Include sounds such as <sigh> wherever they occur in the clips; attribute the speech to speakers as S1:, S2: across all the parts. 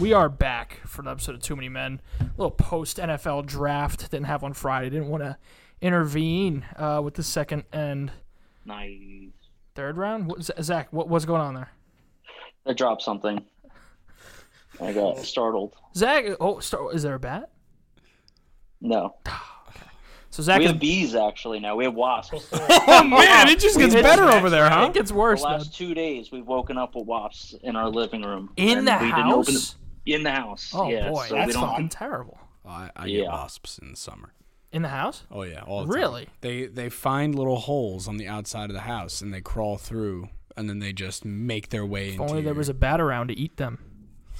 S1: We are back for an episode of Too Many Men. A little post NFL draft. Didn't have one Friday. Didn't want to intervene uh, with the second and
S2: Nice.
S1: third round. What, Zach, what, what's going on there?
S2: I dropped something. I
S1: Oh.
S2: got startled.
S1: Zach, oh, star, is there a bat?
S2: No.
S1: So Zach
S2: We
S1: is,
S2: have bees actually now. We have wasps. The
S3: Oh man, it just
S1: We
S3: gets
S1: did
S3: better
S1: that.
S3: over there, huh?
S1: it gets worse.
S2: last
S1: though.
S2: two days we've woken up with wasps in our living room.
S1: In
S2: and
S1: the
S2: we didn't open
S1: house?
S2: the- in the house.
S1: Oh
S2: yeah,
S1: boy,
S2: so we
S1: that's
S2: don't
S1: fucking terrible.
S3: I, I get
S2: Yeah.
S3: wasps in the summer.
S1: In the house?
S3: Oh yeah, all the time.
S1: Really?
S3: They they find little holes on the outside of the house and they crawl through and then they just make their way
S1: If
S3: into.
S1: only there
S3: your-
S1: was a bat around to eat them.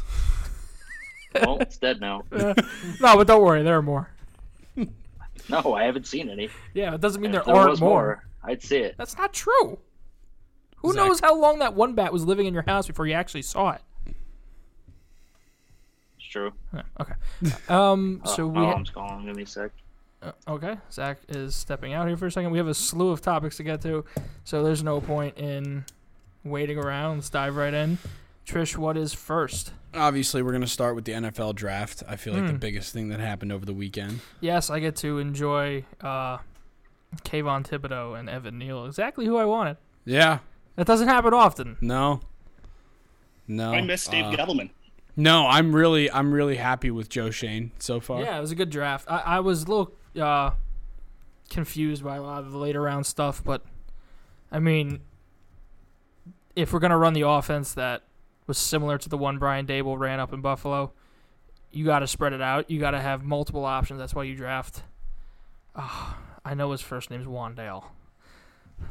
S2: <laughs>
S1: <laughs>
S2: well, it's dead now.
S1: No, but don't worry, there are more.
S2: No, I haven't seen any.
S1: Yeah, it doesn't mean
S2: If
S1: there aren't
S2: was
S1: more.
S2: I'd see it.
S1: That's not true. Who
S3: Zach-
S1: knows how long that one bat was living in your house before you actually saw it?
S2: It's true. Uh,
S1: Yeah,
S2: <laughs>
S1: okay. Um. So we.
S2: My
S1: Ha-
S2: mom's calling. Give me a sec.
S1: uh, okay. Zach is stepping out here for a second. We have a slew of topics to get to, so there's no point in waiting around. Let's dive right in. Trish, what is first?
S3: Obviously, we're gonna start with the NFL draft. I feel like the biggest thing that happened over the weekend.
S1: Yes, I get to enjoy uh, Kayvon Thibodeau and Evan Neal, exactly who I wanted.
S3: Yeah.
S1: That doesn't happen often.
S3: No. No.
S4: I miss Dave
S3: Uh,
S4: Gettleman.
S3: No, I'm really I'm really happy with Joe Shane so far.
S1: Yeah, it was a good draft. I, I was a little uh, confused by a lot of the later round stuff, but I mean, if we're gonna run the offense that was similar to the one Brian Dable ran up in Buffalo, you got to spread it out. You got to have multiple options. That's why you draft. Ah, I know his first name's Wandale,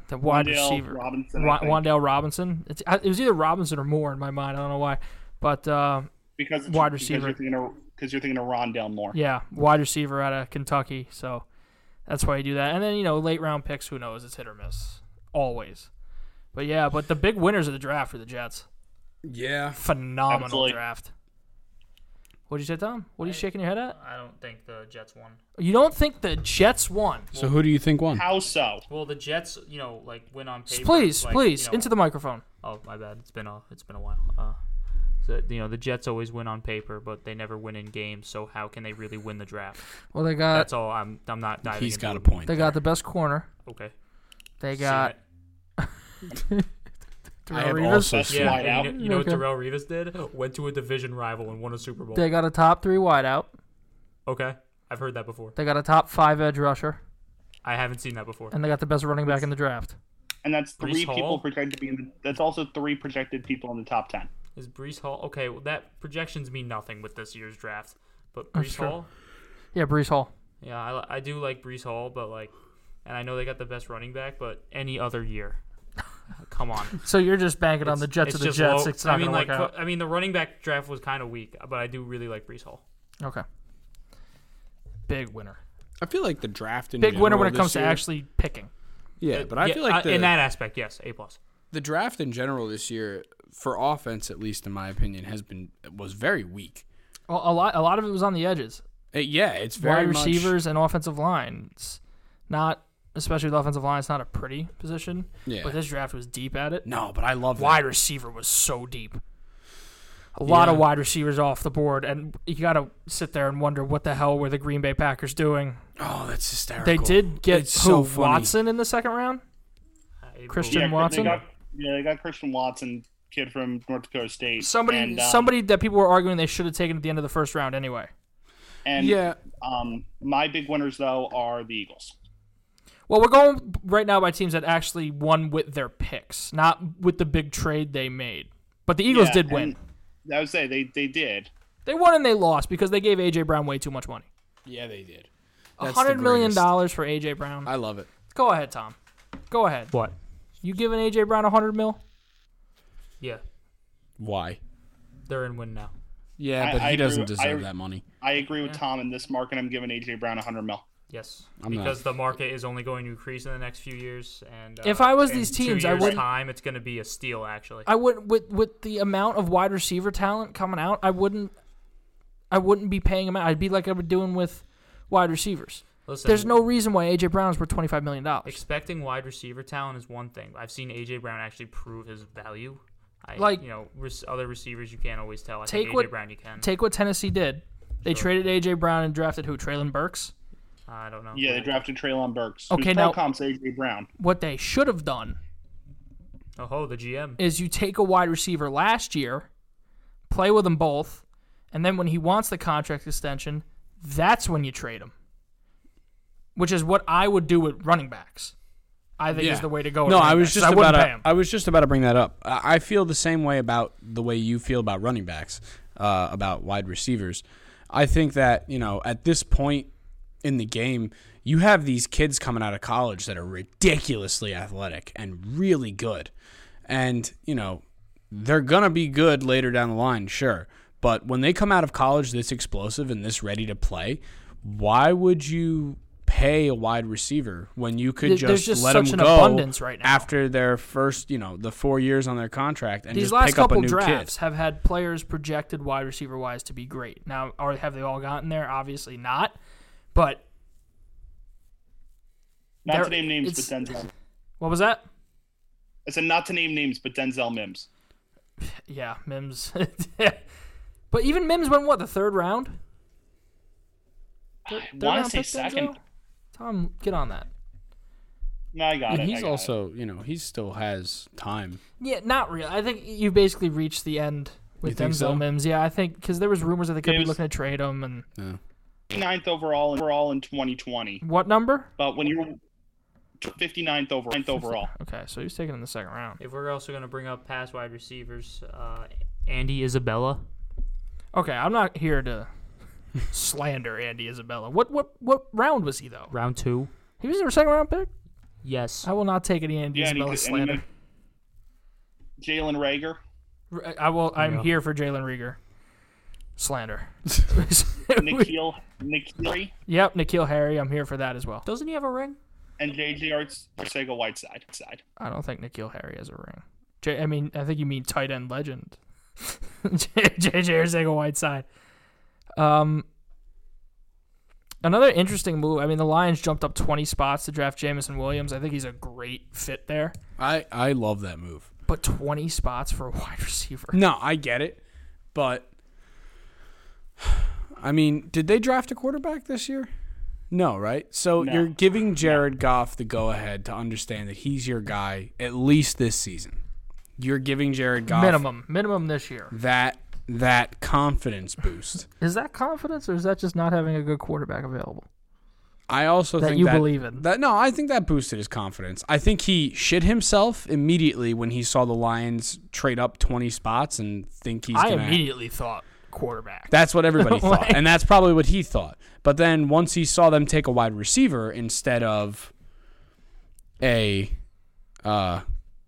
S1: the wide
S4: Wandale
S1: receiver.
S4: Robinson, I
S1: Wa-
S4: think.
S1: Wandale Robinson. It's, I- it was either Robinson or Moore in my mind. I don't know why, but. Uh,
S4: Because
S1: wide
S4: Because
S1: receiver.
S4: you're thinking of, because you're thinking of Rondell Moore.
S1: Yeah, wide receiver out of Kentucky. So that's why you do that. And then, you know, late round picks, who knows? It's hit or miss. Always. But yeah, but the big winners of the draft are the Jets.
S3: Yeah.
S1: Phenomenal
S4: Absolutely.
S1: draft. What did you say, Tom? What are you shaking your head at?
S5: I don't think the Jets won.
S1: You don't think the Jets won?
S3: So who do you think won?
S4: How so?
S5: Well, the Jets, you know, like win on paper.
S1: Please,
S5: like,
S1: please,
S5: you know-
S1: into the microphone.
S5: Oh, my bad. It's been a it's been a while. Uh, so, you know, the Jets always win on paper, but they never win in games. So how can they really win the draft?
S1: Well, they got
S5: That's all. I'm I'm not diving.
S3: He's
S5: into
S3: got a
S5: it.
S3: point.
S1: they got the best corner.
S5: Okay.
S1: They
S5: Seen
S1: got
S5: it.
S3: I have
S1: Darrell Revis.
S3: also
S4: That's
S3: seen
S5: Yeah.
S4: wide
S5: and
S4: out.
S5: You know, you know
S1: Okay.
S5: what Darrell Revis did? Went to a division rival and won a Super Bowl.
S1: They got a top three wideout.
S5: Okay. I've heard that before.
S1: They got a top five edge rusher,
S5: I haven't seen that before.
S1: and they got the best running back in the draft.
S4: And that's three
S5: Brees
S4: people
S5: Hall?
S4: projected to be. In the, that's also three projected people in the top ten.
S5: Is Brees Hall okay? Well, that projections mean nothing with this year's draft. But Brees
S1: sure.
S5: Hall,
S1: Yeah, Brees Hall.
S5: Yeah, I, I do like Brees Hall, but like, and I know they got the best running back, but any other year, <laughs> come on.
S1: So you're just banking on the
S5: It's-
S1: Jets of
S5: it's
S1: the
S5: just
S1: Jets.
S5: low-
S1: It's not
S5: I mean,
S1: going
S5: like,
S1: to work out.
S5: I mean, the running back draft was kind of weak, but I do really like Brees Hall.
S1: Okay. Big winner.
S3: I feel like the draft in
S1: Big winner when
S3: general
S1: it comes
S3: this
S1: to
S3: year-
S1: actually picking.
S3: Yeah, but I
S5: Yeah,
S3: feel like
S5: uh,
S3: the,
S5: in that aspect, yes, A plus.
S3: the draft in general this year for offense at least in my opinion has been was very weak.
S1: A a lot, a lot of it was on the edges.
S3: Uh, yeah, it's very
S1: Wide
S3: much-
S1: receivers and offensive line. It's not, especially the offensive line, it's not a pretty position.
S3: Yeah.
S1: But this draft was deep at it.
S3: no, but I love that.
S1: Wide receiver was so deep. A lot of
S3: Yeah.
S1: wide receivers off the board, and you got to sit there and wonder what the hell were the Green Bay Packers doing.
S3: Oh, that's hysterical.
S1: They did get
S3: It's
S1: who,
S3: so funny.
S1: Watson in the second round.
S5: I-
S1: Christian
S4: yeah,
S1: Watson?
S4: They got, yeah, they got Christian Watson, kid from North Dakota State.
S1: Somebody,
S4: and, um,
S1: somebody that people were arguing they should have taken at the end of the first round anyway.
S4: And
S3: Yeah,
S4: um, my big winners though are the Eagles.
S1: Well, we're going right now by teams that actually won with their picks, not with the big trade they made. But the Eagles
S4: Yeah,
S1: did win.
S4: and I would say they they did.
S1: They won and they lost because they gave AJ Brown way too much money.
S3: yeah, they did.
S1: A
S3: That's
S1: hundred
S3: the
S1: million
S3: greatest.
S1: dollars for AJ Brown.
S3: I love it.
S1: Go ahead, Tom. Go ahead.
S5: What?
S1: You giving AJ Brown a hundred mil?
S5: Yeah,
S3: Why?
S5: they're in win now.
S3: Yeah,
S4: I-
S3: but
S4: I
S3: he
S4: agree
S3: doesn't
S4: with- I
S3: deserve
S4: agree-
S3: that money.
S4: I agree with Tom in this market. I'm giving AJ Brown 100 mil.
S5: Yes,
S3: I'm not-
S5: because the market is only going to increase in the next few years, and uh,
S1: If I was
S5: in
S1: these
S5: two
S1: teams, I
S5: years'
S1: wouldn't-
S5: Time, it's going to be a steal. Actually,
S1: I would with with the amount of wide receiver talent coming out, I wouldn't. I wouldn't be paying him out. I'd be like I would doing with wide receivers.
S5: listen.
S1: There's no reason why AJ Brown's worth twenty five million dollars.
S5: expecting wide receiver talent is one thing. I've seen AJ Brown actually prove his value I,
S1: Like-
S5: you know, res- other receivers you can't always tell. I
S1: Take
S5: think AJ
S1: what-
S5: Brown you can.
S1: Take what Tennessee did. They
S5: Sure.
S1: traded AJ Brown and drafted who? Traylon Burks.
S5: I don't know.
S4: Yeah, they drafted Traylon Burks.
S1: Okay,
S4: who's
S1: now-
S4: pro comps AJ Brown.
S1: What they should have done
S5: Oh ho, the GM.
S1: is you take a wide receiver last year, play with them both, and then when he wants the contract extension, that's when you trade him. Which is what I would do with running backs. I think
S3: Yeah.
S1: is the way to go. with
S3: No,
S1: running
S3: I was
S1: backs.
S3: just
S1: I
S3: about
S1: wouldn't pay
S3: to,
S1: him.
S3: I was just about to bring that up. I I feel the same way about the way you feel about running backs, uh, about wide receivers. I think that you know at this point in the game, you have these kids coming out of college that are ridiculously athletic and really good, and you know they're gonna be good later down the line, sure. But when they come out of college this explosive and this ready to play, why would you pay a wide receiver when you could
S1: There-
S3: just,
S1: there's just
S3: let
S1: such
S3: them
S1: an
S3: go
S1: abundance right now.
S3: after their first, you know, the four years on their contract and
S1: These
S3: just
S1: last
S3: pick up a
S1: couple
S3: new
S1: drafts
S3: kid.
S1: have had players projected wide receiver wise to be great. Now, are have they all gotten there? Obviously not. But
S4: Not
S1: There-
S4: to name names, but
S1: it's-
S4: Denzel.
S1: what was that?
S4: I said not to name names, but Denzel Mims.
S1: Yeah, Mims. <laughs> but even Mims went what the third round? Thir-
S4: I
S1: third
S4: want to
S1: round
S4: say
S1: pick,
S4: second.
S1: Denzel? Tom, get on that.
S4: No, I got it. I
S3: he's
S4: got it.
S3: also, you know, he still has time.
S1: Yeah, not real. I think you basically reached the end with
S3: think
S1: Denzel
S3: so?
S1: Mims. Yeah, I think because there was rumors that they could
S4: It
S1: be
S4: was-
S1: looking to trade him and
S4: ninth overall, overall in 2020.
S1: what number?
S4: But when you're 59th overall, 9th overall.
S1: Okay, so he was taken in the second round.
S5: If we're also gonna bring up pass wide receivers, uh, Andy Isabella.
S1: Okay, I'm not
S3: <laughs>
S1: here to slander Andy Isabella. What what what round was he though?
S5: Round two.
S1: He was a second round pick.
S5: Yes.
S1: I will not take any Andy
S4: Yeah, and he
S1: Isabella
S4: could- and
S1: slander.
S4: he- Jalen Rager.
S1: R- I will. I'm
S5: Yeah.
S1: here for Jalen Rieger
S3: <laughs>
S1: slander. <laughs>
S4: Nikhil, Nikhil,
S1: yep, Nikhil Harry. I'm here for that as well.
S5: Doesn't he have a ring?
S4: and JJ Arts- Arcega Whiteside. Side.
S1: I don't think Nikhil Harry has a ring. J- I mean, I think you mean tight end legend. <laughs> JJ Arcega Whiteside. Um, another interesting move. I mean, the Lions jumped up 20 spots to draft Jamison Williams. I think he's a great fit there,
S3: I I love that move.
S1: but 20 spots for a <laughs> wide receiver.
S3: No, I get it, but I mean, did they draft a quarterback this year? No, right? So
S4: No.
S3: you're giving Jared Goff the go ahead to understand that he's your guy at least this season. You're giving Jared Goff
S1: Minimum, minimum this year.
S3: that that confidence boost.
S1: Is that confidence, or is that just not having a good quarterback available?
S3: I also
S1: That
S3: think
S1: you
S3: that,
S1: believe in.
S3: That no, I think that boosted his confidence. I think he shit himself immediately when he saw the Lions trade up twenty spots and think he's.
S1: I
S3: gonna
S1: immediately thought quarterback.
S3: That's what <laughs> everybody thought,
S1: Like-
S3: and that's probably what he thought. But then once he saw them take a wide receiver instead of a uh,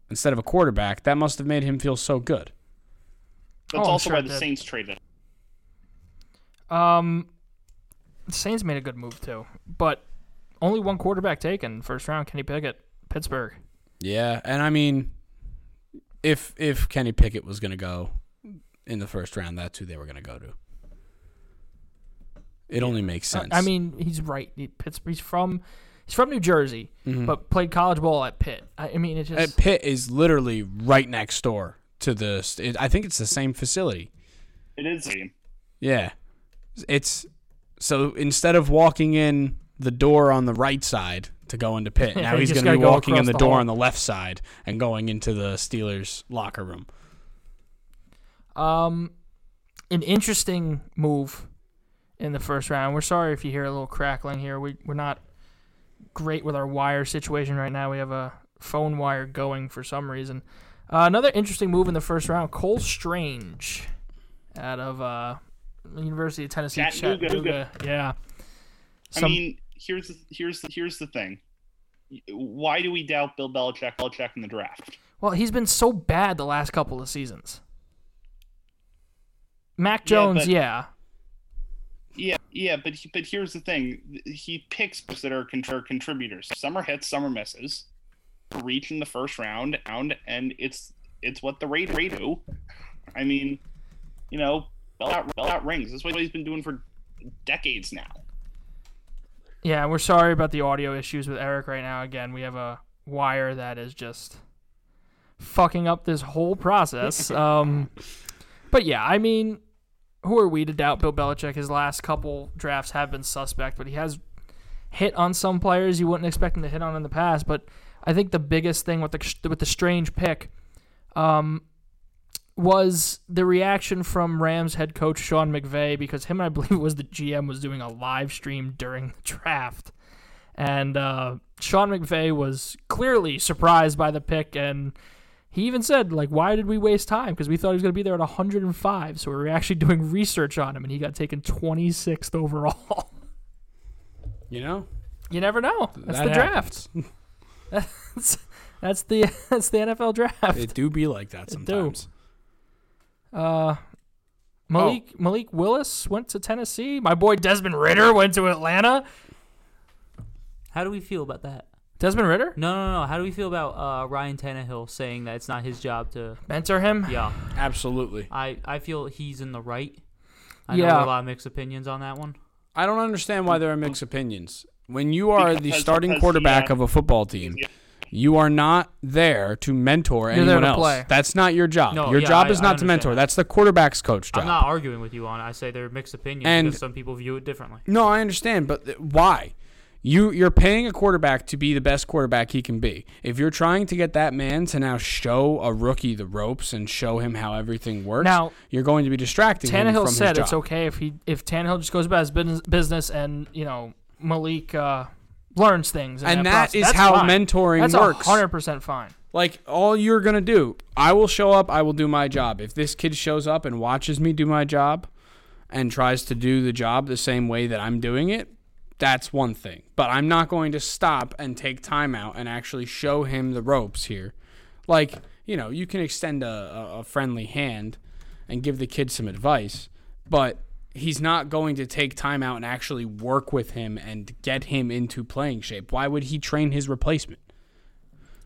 S3: instead of a quarterback, that must have made him feel so good.
S1: Oh,
S4: That's
S1: I'm
S4: also
S1: sure
S4: why
S1: it
S4: the
S1: did.
S4: Saints traded.
S1: Um, Saints made a good move too, but only one quarterback taken first round. Kenny Pickett, Pittsburgh.
S3: Yeah, and I mean, if if Kenny Pickett was going to go in the first round, that's who they were going to go to. It only makes sense.
S1: I mean, he's right. He, Pittsburgh. He's from he's from New Jersey, but played college ball at Pitt. I, I mean, it's
S3: Uh,
S1: just
S3: Pitt is literally right next door to the. st- It, I think it's the same facility.
S4: It is a
S3: Yeah, it's so instead of walking in the door on the right side to go into Pitt, now
S1: <laughs> you
S3: he's
S1: just
S3: going to be
S1: gotta go
S3: walking in
S1: across
S3: the,
S1: the
S3: door
S1: hall.
S3: on the left side and going into the Steelers locker room.
S1: um an interesting move in the first round. We're sorry if you hear a little crackling here. We we're not great with our wire situation right now. We have a phone wire going for some reason. Uh, another interesting move in the first round. Cole Strange, out of uh, University of Tennessee.
S4: Chattanooga.
S1: Chattanooga. Yeah.
S4: I
S1: Some-
S4: mean, here's the- here's the- here's the thing. Why do we doubt Bill Belichick, Belichick in the draft?
S1: Well, he's been so bad the last couple of seasons. Mac Jones,
S4: but-
S1: yeah.
S4: Yeah, yeah, but he, but here's the thing. He picks that are contra- contributors. Some are hits, some are misses. Reach in the first round, round, and it's it's what the Raiders do. I mean, you know, bell out, bell out rings. That's what he's been doing for decades now.
S1: Yeah, and we're sorry about the audio issues with Eric right now. Again, we have a wire that is just fucking up this whole process. Um, but yeah, I mean, who are we to doubt Bill Belichick? His last couple drafts have been suspect, but he has hit on some players you wouldn't expect him to hit on in the past. But I think the biggest thing with the with the strange pick um, was the reaction from Rams head coach Sean McVay because him, I <laughs> believe, it was the GM was doing a live stream during the draft. And uh, Sean McVay was clearly surprised by the pick, and he even said, "Like, why did we waste time? Because we thought he was going to be there at 105, so we were actually <laughs> doing research on him, and he got taken 26th overall. <laughs>
S3: You know,
S1: you never know. That's
S3: That
S1: the draft. <laughs>
S3: happens.
S1: That's, that's the <laughs> that's the NFL draft.
S3: It do be like that
S1: It do.
S3: sometimes.
S1: Uh, Malik
S3: Oh.
S1: Malik Willis went to Tennessee. My boy Desmond Ritter went to Atlanta.
S5: How do we feel about that?
S1: Desmond Ritter,
S5: No, no, no. How do we feel about uh, Ryan Tannehill saying that it's not his job to?
S1: mentor him.
S5: Yeah,
S3: Absolutely.
S5: I, I feel he's in the right. I know
S1: Yeah.
S5: there are a lot of mixed opinions on that one.
S3: I don't understand why there are mixed opinions. When you are the
S4: Because-
S3: starting
S4: because, uh,
S3: quarterback
S4: yeah.
S3: of a football team, you are not there to mentor
S1: You're
S3: anyone
S1: there to
S3: else.
S1: play.
S3: That's not your job.
S5: No,
S3: your
S5: yeah,
S3: job
S5: I-
S3: is
S5: I
S3: not to
S5: understand
S3: mentor.
S5: that.
S3: That's the quarterback's coach job.
S5: I'm not arguing with you on. it. I say there are mixed opinions
S3: And-
S5: because some people view it differently.
S3: No, I understand, but th- why? You you're paying a quarterback to be the best quarterback he can be. If you're trying to get that man to now show a rookie the ropes and show him how everything works,
S1: Now-
S3: you're going to be distracting him from
S1: Tannehill
S3: his
S1: said
S3: job.
S1: it's okay if he if Tannehill just goes about his business, business and you know Malik uh, learns things. in
S3: And
S1: that
S3: that
S1: process.
S3: is
S1: That's
S3: how
S1: fine.
S3: mentoring
S1: That's
S3: works.
S1: hundred percent fine.
S3: Like all you're gonna do, I will show up. I will do my job. If this kid shows up and watches me do my job, and tries to do the job the same way that I'm doing it, that's one thing. But I'm not going to stop and take time out and actually show him the ropes here. Like you know, you can extend a, a, a friendly hand and give the kid some advice, but he's not going to take time out and actually work with him and get him into playing shape. Why would he train his replacement?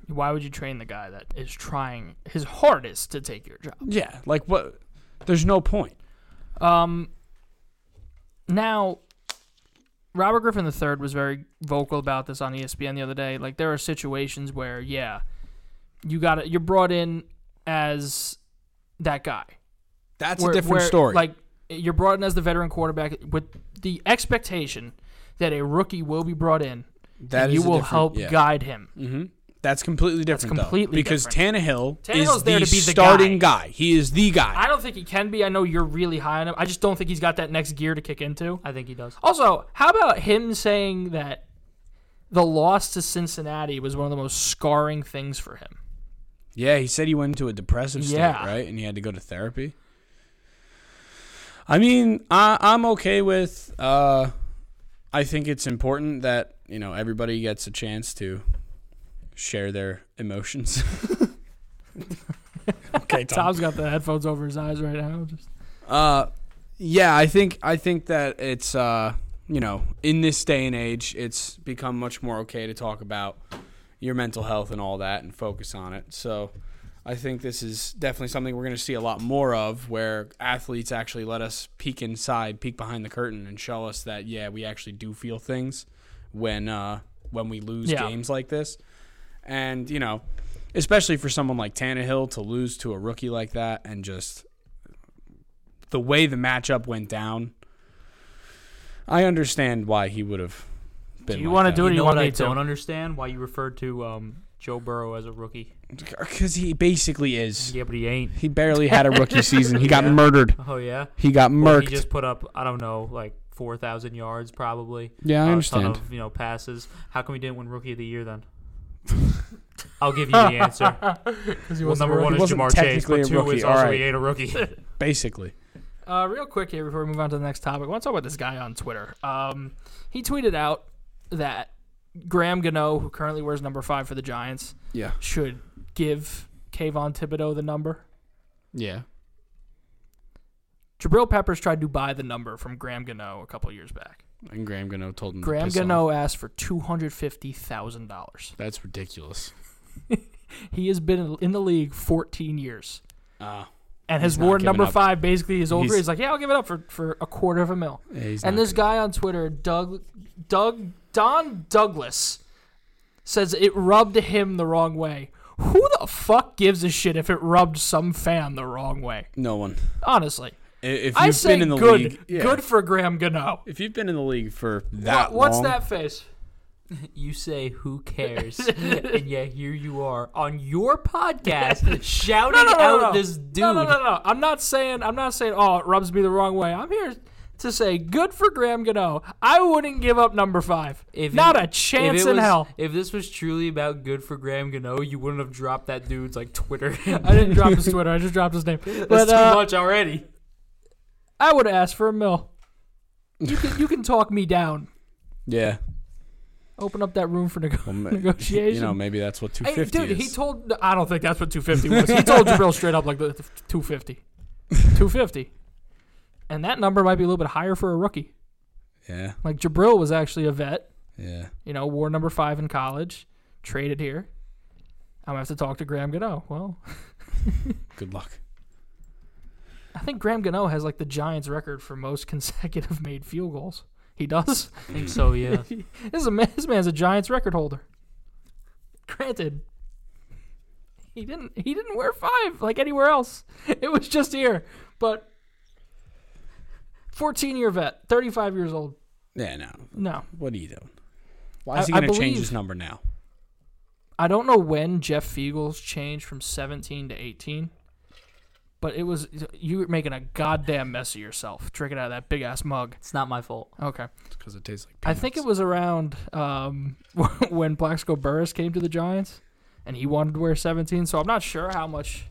S1: Why would you train the guy that is trying his hardest to take your job?
S3: Yeah, like what? There's no point.
S1: Um. Now, Robert Griffin III was very vocal about this on E ESPN the other day. Like there are situations where, yeah, you got to You're brought in as that guy.
S3: That's
S1: Where-
S3: a different
S1: where,
S3: story.
S1: Like you're brought in as the veteran quarterback with the expectation that a rookie will be brought in.
S3: that
S1: and you
S3: is a
S1: will
S3: different-
S1: help
S3: yeah.
S1: guide him.
S3: That's completely different. though,
S1: completely
S3: because Tannehill
S1: Tannehill's
S3: is
S1: there
S3: the
S1: to be the
S3: starting guy. He is the guy.
S1: I don't think he can be. I know you're really high on him. I just don't think he's got that next gear to kick into.
S5: I think he does.
S1: Also, how about him saying that the loss to Cincinnati was one of the most scarring things for him?
S3: yeah, he said he went into a depressive state,
S1: Yeah.
S3: right? And he had to go to therapy. I mean, I, I'm okay with. Uh, I think it's important that you know everybody gets a chance to share their emotions. <laughs> okay, Tom.
S1: Tom's got the headphones over his eyes right now. Just
S3: Uh, yeah, I think I think that it's uh, you know in this day and age, it's become much more okay to talk about your mental health and all that and focus on it. So I think this is definitely something we're going to see a lot more of, where athletes actually let us peek inside, peek behind the curtain, and show us that yeah, we actually do feel things when uh, when we lose
S1: Yeah.
S3: games like this, and you know. Especially for someone like Tannehill to lose to a rookie like that and just the way the matchup went down, I understand why he would have been.
S1: Do you
S3: like
S1: wanna
S3: that.
S1: do it?
S5: You
S1: you
S5: know
S1: want
S5: what I
S1: me to?
S5: don't understand? Why you referred to um, Joe Burrow as a rookie?
S3: Because he basically is.
S5: Yeah, but he ain't.
S3: He barely had a
S1: <laughs>
S3: rookie season. He got
S5: Yeah.
S3: murdered.
S5: Oh yeah.
S3: He got
S5: Well,
S3: murked.
S5: he just put up, I don't know, like four thousand yards probably.
S3: Yeah, I
S5: Uh, A
S3: understand.
S5: ton of you know passes. How come he didn't win Rookie of the
S3: <laughs>
S5: Year then? I'll give you
S1: <laughs>
S5: the answer. well, number one
S3: rookie.
S5: is
S3: He
S5: Jamar
S3: wasn't
S5: Chase, but
S3: technically a
S5: two
S3: rookie,
S5: is also
S3: alright.
S5: he ain't a rookie.
S3: <laughs> basically.
S1: Uh, real quick here before we move on to the next topic, I want to talk about this guy on Twitter. Um, he tweeted out that Graham Gano, who currently wears number five for the Giants,
S3: Yeah.
S1: should give Kayvon Thibodeau the number.
S3: Yeah.
S1: Jabril Peppers tried to buy the number from Graham Gano a couple years back.
S3: And Graham Gano told him. to
S1: Graham
S3: piss off.
S1: Gano asked for two hundred fifty thousand dollars.
S3: That's ridiculous.
S1: He has been in the league fourteen years
S3: Uh,
S1: and has
S3: not
S1: worn
S3: giving
S1: number
S3: up.
S1: five basically his whole career.
S3: He's-
S1: He's like, yeah, I'll give it up for, for a quarter of a mil.
S3: yeah, he's
S1: And
S3: not
S1: this
S3: gonna-
S1: guy on Twitter, Doug, Doug, Don Douglas, says it rubbed him the wrong way. who the fuck gives a shit if it rubbed some fan the wrong way?
S3: No one.
S1: Honestly,
S3: I- If
S1: I
S3: you've
S1: say
S3: been in the
S1: good,
S3: league, yeah.
S1: good for Graham Gano.
S3: If you've been in the league for that
S1: What's
S3: long,
S1: that face?
S5: You say who cares, <laughs> and yet here you are on
S1: <laughs>
S5: your podcast shouting out this dude.
S1: No, no, no, no. I'm not saying. I'm not saying. Oh, it rubs me the wrong way. I'm here to say good for Graham Gano. I wouldn't give up number five.
S5: If
S1: not
S5: it-
S1: a
S5: If,
S1: chance
S5: it
S1: in
S5: was-
S1: hell.
S5: if this was truly about good for Graham Gano, you wouldn't have dropped that dude's like Twitter. <laughs>
S1: I didn't drop his Twitter. I just dropped his name.
S5: That's
S1: But uh,
S5: too much already.
S1: I would ask for a mill. You can you can talk me down.
S3: yeah.
S1: Open up that room for nego-
S3: Well, ma-
S1: negotiation.
S3: You know, maybe that's what
S1: Hey,
S3: 250
S1: dude,
S3: is.
S1: he told. I don't think that's what 250 was. He told Jabril straight up like the 250, 250, and that number might be a little bit higher for a rookie.
S3: yeah,
S1: Like Jabril was actually a vet.
S3: yeah.
S1: You know, wore number five in college, traded here. I'm gonna have to talk to Graham Gano. Well,
S3: Good luck.
S1: I think Graham Gano has like the Giants record for most <laughs> consecutive made field goals. He does.
S5: I think so, yeah.
S1: <laughs> This, is a man, this man's a Giants record holder. Granted, he didn't he didn't wear five like anywhere else. <laughs> It was just here. But 14 year vet, 35 years old.
S3: Yeah, no.
S1: No,
S3: What are you doing? Why is
S1: I-
S3: he
S1: I
S3: going to change
S1: believe-
S3: his number now?
S1: I don't know when Jeff Fiegel's changed from 17 to 18, but it was you were making a goddamn mess of yourself drinking out of that big ass mug.
S5: It's not my fault.
S1: Okay.
S3: Because it tastes like.
S1: I think it was around um, <laughs> when Blacksco Burris came to the Giants, and he wanted to wear 17. So I'm not sure how much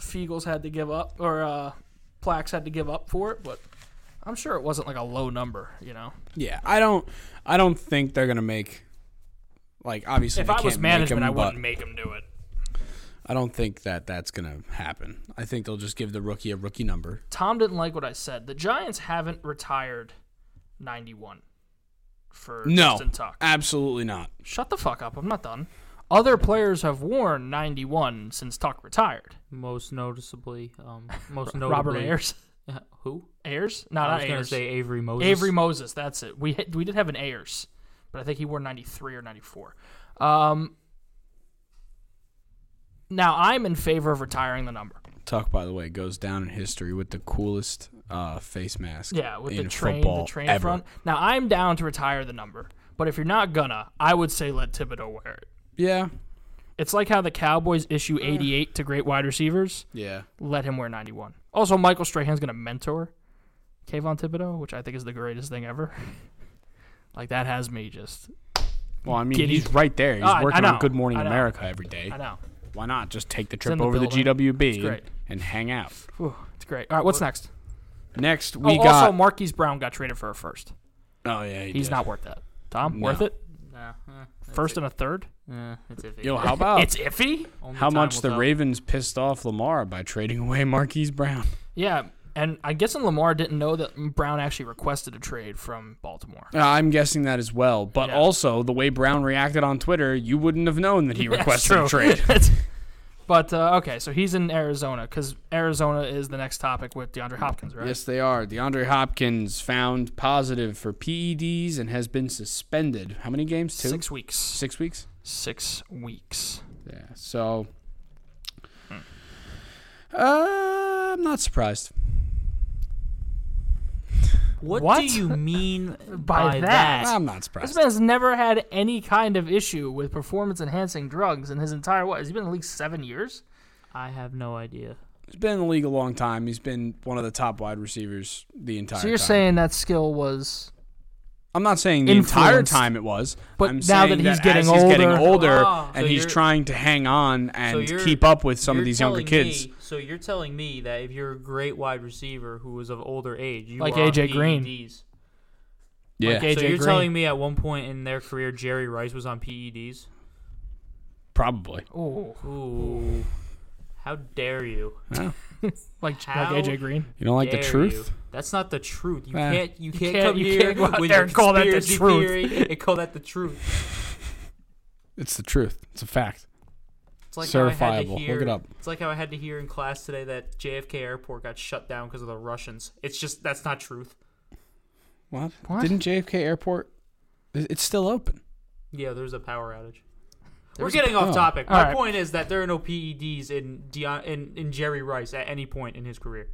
S1: Fiegel's had to give up or uh, Plax had to give up for it, but I'm sure it wasn't like a low number. You know,
S3: Yeah, I don't. I don't think they're going to make. Like obviously,
S1: if
S3: they
S1: I was
S3: can't
S1: management,
S3: make
S1: I
S3: him, but
S1: wouldn't make him do it.
S3: I don't think that that's going to happen. I think they'll just give the rookie a rookie number.
S1: Tom didn't like what I said. The Giants haven't retired 91 for
S3: No,
S1: Justin Tuck.
S3: absolutely not.
S1: Shut the fuck up. I'm not done. Other players have worn 91 since Tuck retired.
S5: Most noticeably,
S1: <laughs>
S5: um, most notably,
S1: Robert Ayers.
S5: Yeah, <laughs> Who?
S1: Ayers? No,
S5: I
S1: not
S5: was gonna
S1: Ayers.
S5: say Avery Moses.
S1: Avery Moses. That's it. We hit, we did have an Ayers, but I think he wore 93 or 94. Um, now I'm in favor of retiring the number.
S3: Tuck, by the way, goes down in history with the coolest uh, face mask.
S1: Yeah, with
S3: in
S1: the train, the
S3: football
S1: train
S3: ever.
S1: front. Now I'm down to retire the number, but if you're not gonna, I would say let Thibodeau wear it.
S3: Yeah,
S1: It's like how the Cowboys issue 88 to great wide receivers.
S3: yeah.
S1: Let him wear 91. Also, Michael Strahan's gonna mentor Kayvon Thibodeau, which I think is the greatest thing ever. <laughs> like that has me just.
S3: Well, I mean,
S1: Giddy.
S3: he's right there. He's
S1: Oh, I- I
S3: working
S1: know.
S3: on Good Morning
S1: I know.
S3: America every day.
S1: I know.
S3: Why not just take the trip
S1: in the
S3: over to
S1: building.
S3: GWB
S1: It's great.
S3: and hang out?
S1: Whew, it's great. All right, what's next?
S3: Next, we
S1: oh,
S3: got.
S1: also Marquise Brown got traded for a first.
S3: oh yeah, he
S1: He's
S3: did.
S1: not worth that. Tom,
S3: No.
S1: worth it?
S5: Nah, eh, that's
S1: First
S5: it.
S1: and a third?
S5: Eh, it's iffy.
S3: Yo,
S1: <laughs>
S3: how about
S1: It's iffy.
S5: Only
S3: how
S5: time
S3: much
S5: will
S3: the
S5: tell.
S3: Ravens pissed off Lamar by trading away <laughs> Marquise Brown?
S1: Yeah, and I'm guessing Lamar didn't know that Brown actually requested a trade from Baltimore.
S3: Uh, I'm guessing that as well. But
S1: Yeah.
S3: also the way Brown reacted on Twitter, you wouldn't have known
S1: <laughs>
S3: that he requested a trade.
S1: but uh, okay, so he's in Arizona because Arizona is the next topic with DeAndre Hopkins, right?
S3: Yes, they are. DeAndre Hopkins found positive for PEDs and has been suspended. How many games? Two,
S1: Six weeks.
S3: six weeks.
S1: Six weeks.
S3: Yeah. So,
S1: Hmm.
S3: uh, I'm not surprised.
S5: What,
S1: What?
S5: do you mean
S1: <laughs>
S5: by,
S1: By that?
S5: that?
S3: I'm not
S1: This
S3: surprised.
S1: man's never had any kind of issue with performance enhancing drugs in his entire what? Has he been in the league seven years?
S5: I have no idea.
S3: He's been in the league a long time. He's been one of the top wide receivers the entire.
S1: So you're
S3: time.
S1: saying that skill was
S3: I'm not saying the entire
S1: Influenced.
S3: time it was,
S1: But
S3: I'm
S1: now that
S3: saying
S1: he's
S3: as
S1: getting
S3: he's getting
S1: older-
S3: older,
S5: Wow.
S3: and
S5: So
S3: he's
S5: you're-
S3: trying to hang on and
S5: you're-
S3: keep up with some of
S5: You're
S3: these younger
S5: telling
S3: kids.
S5: me- so you're telling me that if you're a great wide receiver who was of older age, you
S1: Like
S5: are on
S1: AJ Green.
S5: PEDs.
S3: yeah,
S1: Okay.
S5: so
S1: AJ
S5: you're
S1: Green.
S5: telling me at one point in their career, Jerry Rice was on E PEDs?
S3: probably.
S1: oh
S5: Ooh, how dare you?
S1: like
S5: How
S1: like AJ Green.
S3: <laughs> You don't like the
S5: dare
S3: truth?
S5: you. That's not the truth. You
S3: Eh.
S5: can't. You can't,
S1: can't-
S5: come
S1: you
S5: here
S1: can't go out
S5: with
S1: there
S5: your
S1: and call that the
S5: conspiracy
S1: truth.
S5: theory and call that the truth.
S3: It's the truth. It's a fact.
S5: It's like how I had to
S3: Verifiable. Look
S5: hear.
S3: it up.
S5: It's like how I had to hear in class today that JFK Airport got shut down because of the Russians. It's just that's not truth.
S3: What?
S1: What?
S3: Didn't JFK Airport? i- It's still open.
S5: Yeah, there's a power outage. We're getting off
S3: Oh.
S5: topic. My
S1: Alright.
S5: point is that there are no PEDs in Deion in, in Jerry Rice at any point in his career.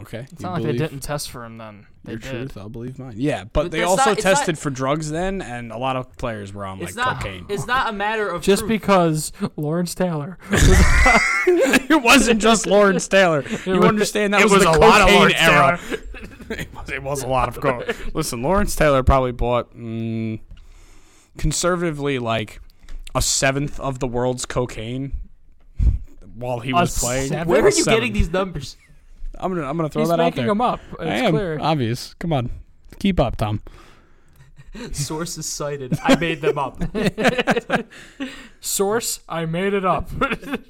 S3: Okay.
S1: It's not like they didn't test for him then. They
S3: your
S1: did.
S3: truth. I'll believe mine. Yeah, but,
S5: But
S3: they
S5: that's
S3: also
S5: not- it's not-
S3: tested for drugs then, and a lot of players were on like
S5: It's not.
S3: cocaine.
S5: It's not a matter of
S1: Just
S5: proof.
S1: because
S3: <laughs>
S1: Lawrence Taylor
S3: it wasn't just Lawrence Taylor.
S1: <laughs>
S3: You
S1: was-
S3: understand that
S1: it
S3: was,
S1: was
S3: the
S1: a
S3: cocaine
S1: lot of Lawrence
S3: era. <laughs> it, was, it was a lot of cocaine. Listen, Lawrence Taylor probably bought mm, conservatively like a seventh of the world's cocaine while he was playing.
S1: seventh?
S5: Where are
S3: A
S5: you
S3: seventh.
S5: getting these
S1: <laughs>
S5: numbers?
S3: I'm gonna I'm gonna throw
S1: he's
S3: that out
S1: making
S3: there.
S1: him up. It's
S3: I am Uh,
S1: clear.
S3: obvious. Come on, keep up, Tom.
S5: Sources cited. I made them
S1: <laughs>
S5: up.
S1: Source: I made it up.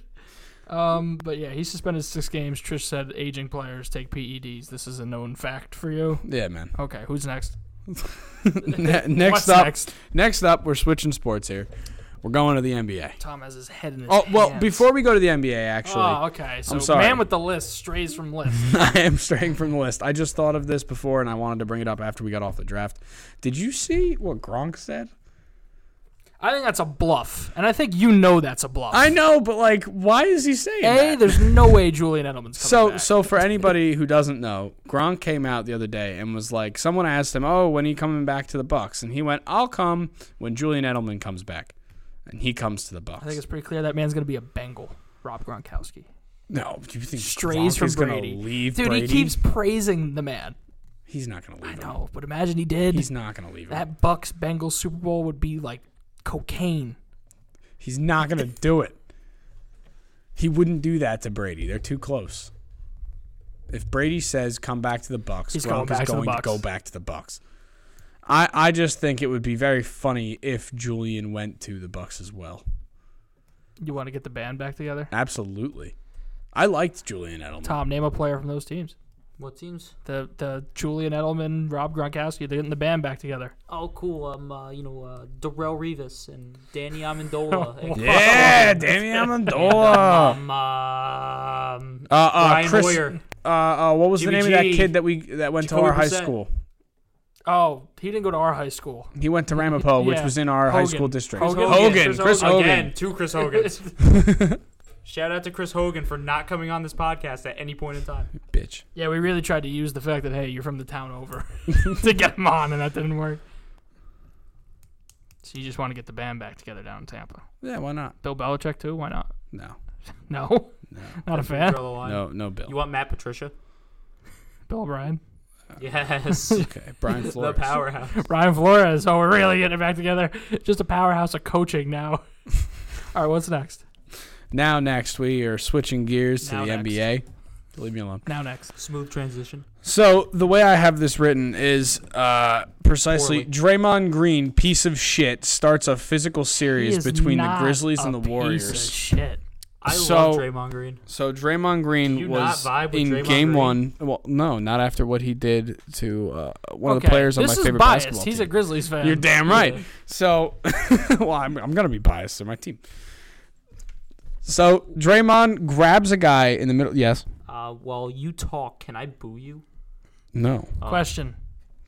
S1: <laughs> um, but yeah, he suspended six games. Trish said aging players take PEDs. E This is a known fact for you.
S3: Yeah, man.
S1: Okay, who's next?
S3: <laughs> Ne-
S1: <laughs>
S3: next
S1: What's
S3: up,
S1: next?
S3: next up, we're switching sports here. We're going to the NBA.
S1: Tom has his head in his
S3: Oh well,
S1: hands.
S3: before we go to the NBA, actually,
S1: Oh, okay. So
S3: sorry.
S1: man with the list strays from list.
S3: <laughs> I am straying from the list. I just thought of this before, and I wanted to bring it up after we got off the draft. Did you see what Gronk said?
S1: I think that's a bluff, and I think you know that's a bluff.
S3: I know, but like, why is he saying
S1: A,
S3: that?
S1: there's no way
S3: <laughs>
S1: Julian Edelman's coming
S3: So,
S1: back.
S3: so for anybody who doesn't know, Gronk came out the other day and was like, someone asked him, "Oh, when are you coming back to the Bucks?" And he went, "I'll come when Julian Edelman comes back." And he comes to the Bucks.
S1: I think it's pretty clear that man's going to be a Bengal, Rob Gronkowski.
S3: no, do you think
S1: Strays
S3: Gronk
S1: from
S3: is gonna
S1: Brady.
S3: leave
S1: Dude,
S3: Brady?
S1: he keeps praising the man.
S3: He's not going to leave. him.
S1: No, but imagine he did.
S3: He's not going to leave. him.
S1: that Bucks Bengals Super Bowl would be like cocaine.
S3: He's not going to do it. He wouldn't do that to Brady. They're too close. If Brady says come back to the Bucks,
S1: He's
S3: Gronk
S1: going back
S3: is
S1: to the
S3: going to,
S1: Bucks.
S3: go back to the Bucks. I, I just think it would be very funny if Julian went to the Bucks as well.
S1: You want to get the band back together?
S3: Absolutely. I liked Julian Edelman.
S1: Tom, name a player from those teams.
S5: What teams?
S1: The the Julian Edelman, Rob Gronkowski, they're getting the band back together.
S5: Oh, cool. Um, uh, you know, uh, Darrell Revis and Danny Amendola. and,
S3: Yeah, Danny
S1: <laughs>
S3: Amendola.
S5: Um, um,
S3: Uh, uh,
S5: Brian
S3: Chris,
S5: Hoyer.
S3: uh, uh, what was the
S5: Jimmy
S3: name of that
S5: G.
S3: kid that we that went to
S5: Jacoby
S3: our high
S5: Brissett.
S3: school?
S1: Oh, he didn't go to our high school.
S3: He went to Ramapo, which
S1: Yeah.
S3: was in our high
S1: Hogan.
S3: school district.
S1: Chris Hogan.
S3: Hogan. Chris Hogan.
S5: Again, two Chris Hogans. Shout out to Chris Hogan for not coming on this podcast at any point in time.
S3: <laughs> Bitch.
S1: <laughs> Yeah, we really tried to use the fact that hey, you're from the town over <laughs> to get him on, and that didn't work. So you just want to get the band back together down in Tampa.
S3: Yeah, why not?
S1: Bill Belichick too? Why not?
S3: No,
S1: No,
S3: No.
S1: <laughs> not a
S5: Draw
S1: fan.
S5: the line.
S3: no, no, Bill.
S5: You want Matt Patricia?
S1: Bill O'Brien,
S3: Uh, <laughs>
S5: Yes.
S3: okay,
S1: <laughs>
S3: Brian
S5: <laughs> the
S3: Flores.
S5: powerhouse.
S1: Brian Flores. Oh, we're really getting it back together. Just a powerhouse of
S3: <laughs>
S1: coaching now. All right, what's next?
S3: Now, next, we are switching gears
S1: Now
S3: to the
S1: next.
S3: NBA. Leave me alone.
S1: Now next.
S5: Smooth transition.
S3: So the way I have this written is uh, precisely Draymond Green, piece of shit, starts a physical
S1: He
S3: series
S1: is
S3: between the
S1: not
S3: Grizzlies and
S1: a
S3: the
S1: piece of
S3: Warriors.
S1: shit.
S5: I
S3: So-
S5: love Draymond Green.
S3: So Draymond Green
S5: Do you not
S3: was
S5: vibe with
S3: in
S5: Draymond
S3: game
S5: Green?
S3: one. Well, no, not after what he did to uh, one of the
S1: Okay,
S3: players on
S1: this
S3: my
S1: is
S3: favorite
S1: biased.
S3: basketball
S1: He's
S3: team.
S1: a Grizzlies fan.
S3: You're
S1: <laughs>
S3: damn right.
S5: Yeah.
S3: So, <laughs> well, I'm, I'm going to be biased. They're my team. So, Draymond grabs a guy in the middle. Yes.
S5: Uh, while you talk, can I boo you?
S3: No.
S1: Question: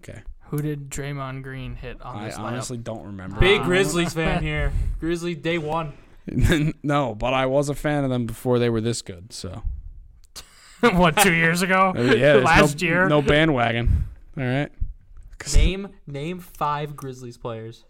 S3: Okay.
S1: Who did Draymond Green hit on
S3: I
S1: this lineup?
S3: honestly don't remember.
S5: Big Grizzlies <laughs> fan here. Uh, Grizzly day one.
S3: <laughs> no, but I was a fan of them before they were this good.
S1: <laughs>
S3: So,
S1: <laughs> what two years ago?
S3: <laughs> I mean, yeah, there's
S1: Last
S3: no,
S1: year.
S3: No bandwagon. All right.
S5: Name name five Grizzlies players.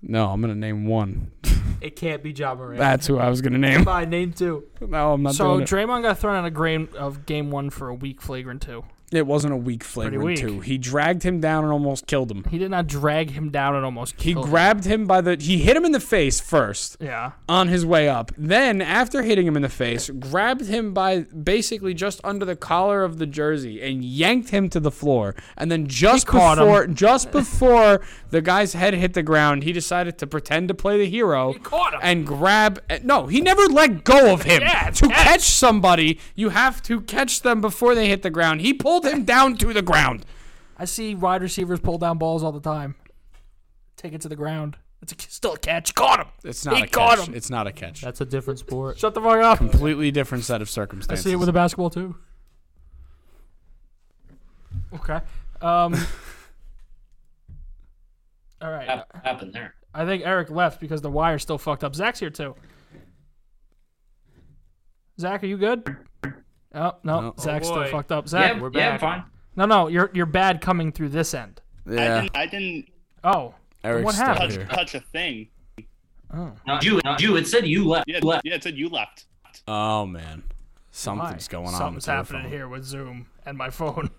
S3: No, I'm going to name one.
S5: It can't be John Moran.
S3: That's who I was going to
S1: <laughs>
S3: name.
S5: Fine, name two.
S3: No, I'm not
S1: So
S3: doing it.
S1: Draymond got thrown out of game of game one for a weak flagrant two.
S3: It wasn't a weak flagrant,
S1: weak.
S3: too. He dragged him down and almost killed him.
S1: He did not drag him down and almost
S3: He
S1: killed
S3: grabbed him by the. He hit him in the face first.
S1: him. Yeah.
S3: on his way up. Then, after hitting him in the face, grabbed him by basically just under the collar of the jersey and yanked him to the floor. And then just
S1: caught him.
S3: before, just before the guy's head hit the ground, he decided to pretend to play the hero
S1: caught him.
S3: and grab. No, he never let go of him.
S1: Yeah,
S3: to
S1: catch.
S3: catch somebody, you have to catch them before they hit the ground. He pulled him down to the ground.
S1: I see wide receivers pull down balls all the time. Take it to the ground. It's a, still a catch. Caught him.
S3: It's not
S1: He
S3: a
S1: caught
S3: catch.
S1: him.
S3: It's not a catch.
S5: That's a different sport.
S1: Shut the fuck up.
S3: Completely different set of
S1: I
S3: circumstances.
S1: see it with a basketball too. Okay. Um. all right. <laughs>
S2: Hap- happened there.
S1: I think Eric left because the wire's still fucked up. Zach's here too. Zach, are you good? Oh no,
S3: No.
S1: Zach's
S5: Oh,
S1: still
S5: boy.
S1: fucked up. Zach,
S6: Yeah,
S5: we're
S6: yeah, I'm
S5: back.
S6: fine.
S1: no, no, you're you're bad coming through this end.
S4: I
S3: Yeah,
S4: didn't, I didn't
S1: Oh,
S3: Eric's
S1: what
S3: still
S1: happened?
S4: touch
S3: here.
S4: touch a thing.
S6: Not you, not you. It said you left.
S4: Yeah,
S6: You left.
S4: yeah, it said you left.
S3: Oh man,
S1: Why?
S3: something's going on. with
S1: Something's
S3: your
S1: happening
S3: phone.
S1: here with Zoom and my <laughs> phone.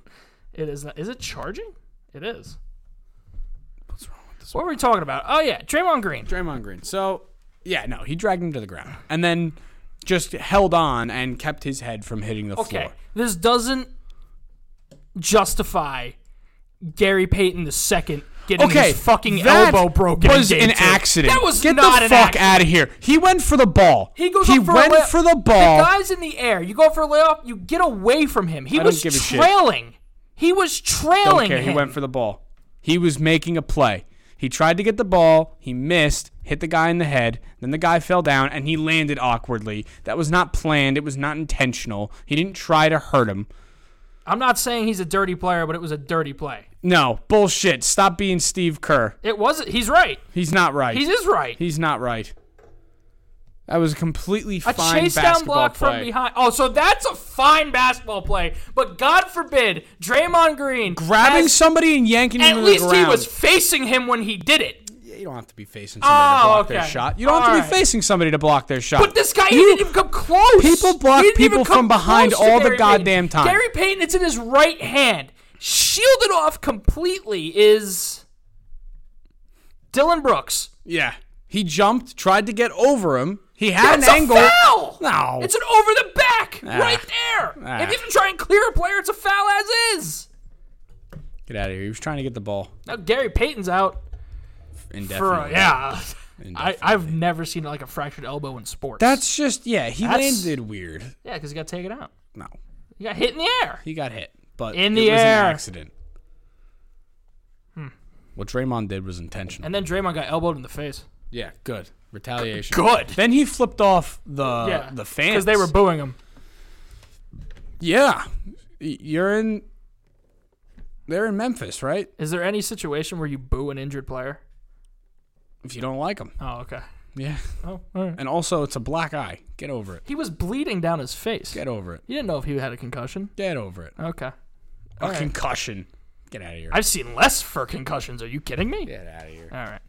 S1: It is. Not, is it charging? It is.
S3: What's wrong with this?
S1: What were we talking about? Oh yeah, Draymond Green.
S3: Draymond Green. So yeah, no, he dragged him to the ground and then just held on and kept his head from hitting the
S1: Okay,
S3: floor.
S1: this doesn't justify Gary Payton the second getting
S3: Okay,
S1: his fucking
S3: that
S1: elbow broken. in
S3: was
S1: game
S3: an
S1: two.
S3: accident.
S1: That was
S3: Get
S1: not
S3: the
S1: an
S3: fuck
S1: accident.
S3: out of here. He went for the ball.
S1: He goes. up for
S3: went
S1: a layup.
S3: for the ball.
S1: The guy's in the air. You go for a layup. You get away from him.
S3: I
S1: He
S3: don't
S1: was
S3: give a shit.
S1: trailing. He was trailing.
S3: Don't care. He
S1: him.
S3: went for the ball. He was making a play. He tried to get the ball. He missed. Hit the guy in the head. Then the guy fell down and he landed awkwardly. That was not planned. It was not intentional. He didn't try to hurt him.
S1: I'm not saying he's a dirty player, but it was a dirty play.
S3: No bullshit. Stop being Steve Kerr.
S1: It was. He's right.
S3: He's not right.
S1: He is right.
S3: He's not right. That was a completely
S1: A
S3: fine
S1: chase down
S3: basketball
S1: block
S3: play.
S1: from behind. Oh, so that's a fine basketball play. But God forbid, Draymond Green
S3: Grabbing
S1: has-
S3: somebody and yanking him
S1: At
S3: to
S1: least
S3: the ground.
S1: he was facing him when he did it.
S3: Yeah, you don't have to be facing somebody
S1: Oh,
S3: to block their
S1: okay.
S3: shot. You don't have to
S1: Alright.
S3: be facing somebody to block their shot.
S1: But this guy he
S3: You-
S1: didn't even come close.
S3: People block
S1: He didn't even
S3: people
S1: come
S3: from behind
S1: close to
S3: all the
S1: Gary
S3: goddamn
S1: Payton.
S3: time.
S1: Gary Payton, it's in his right hand, shielded off completely. Is Dylan Brooks?
S3: Yeah. He jumped, tried to get over him. He had
S1: That's
S3: an
S1: a
S3: angle.
S1: foul.
S3: No.
S1: It's an over the back
S3: Ah.
S1: right there.
S3: Ah.
S1: If you even try and clear a player, it's a foul as is.
S3: get out of here. He was trying to get the ball
S1: Now Gary Payton's out for
S3: indefinitely.
S1: a, yeah. I, I've never seen like a fractured elbow in sports.
S3: That's just yeah, he
S1: That's-
S3: landed weird.
S1: yeah, because he got taken out.
S3: No.
S1: He got hit in the air.
S3: He got hit, but
S1: In
S3: it
S1: the
S3: was
S1: air. Hmm.
S3: an accident. What Draymond did was intentional.
S1: And then Draymond got elbowed in the face.
S3: yeah, good. Retaliation.
S1: Good.
S3: Then he flipped off the
S1: yeah,
S3: the fans
S1: because they were booing him.
S3: Yeah. Y- You're in They're in Memphis, right?
S1: Is there any situation where you boo an injured player?
S3: If you don't like them.
S1: Oh, okay.
S3: Yeah.
S1: Oh, all right.
S3: And also it's a black eye. Get over it.
S1: He was bleeding down his face.
S3: Get over it.
S1: You didn't know if he had a concussion.
S3: Get over it.
S1: Okay.
S3: A
S1: right.
S3: concussion. Get out of here.
S1: I've seen less for concussions. Are you kidding me?
S3: Get out of here.
S1: All right.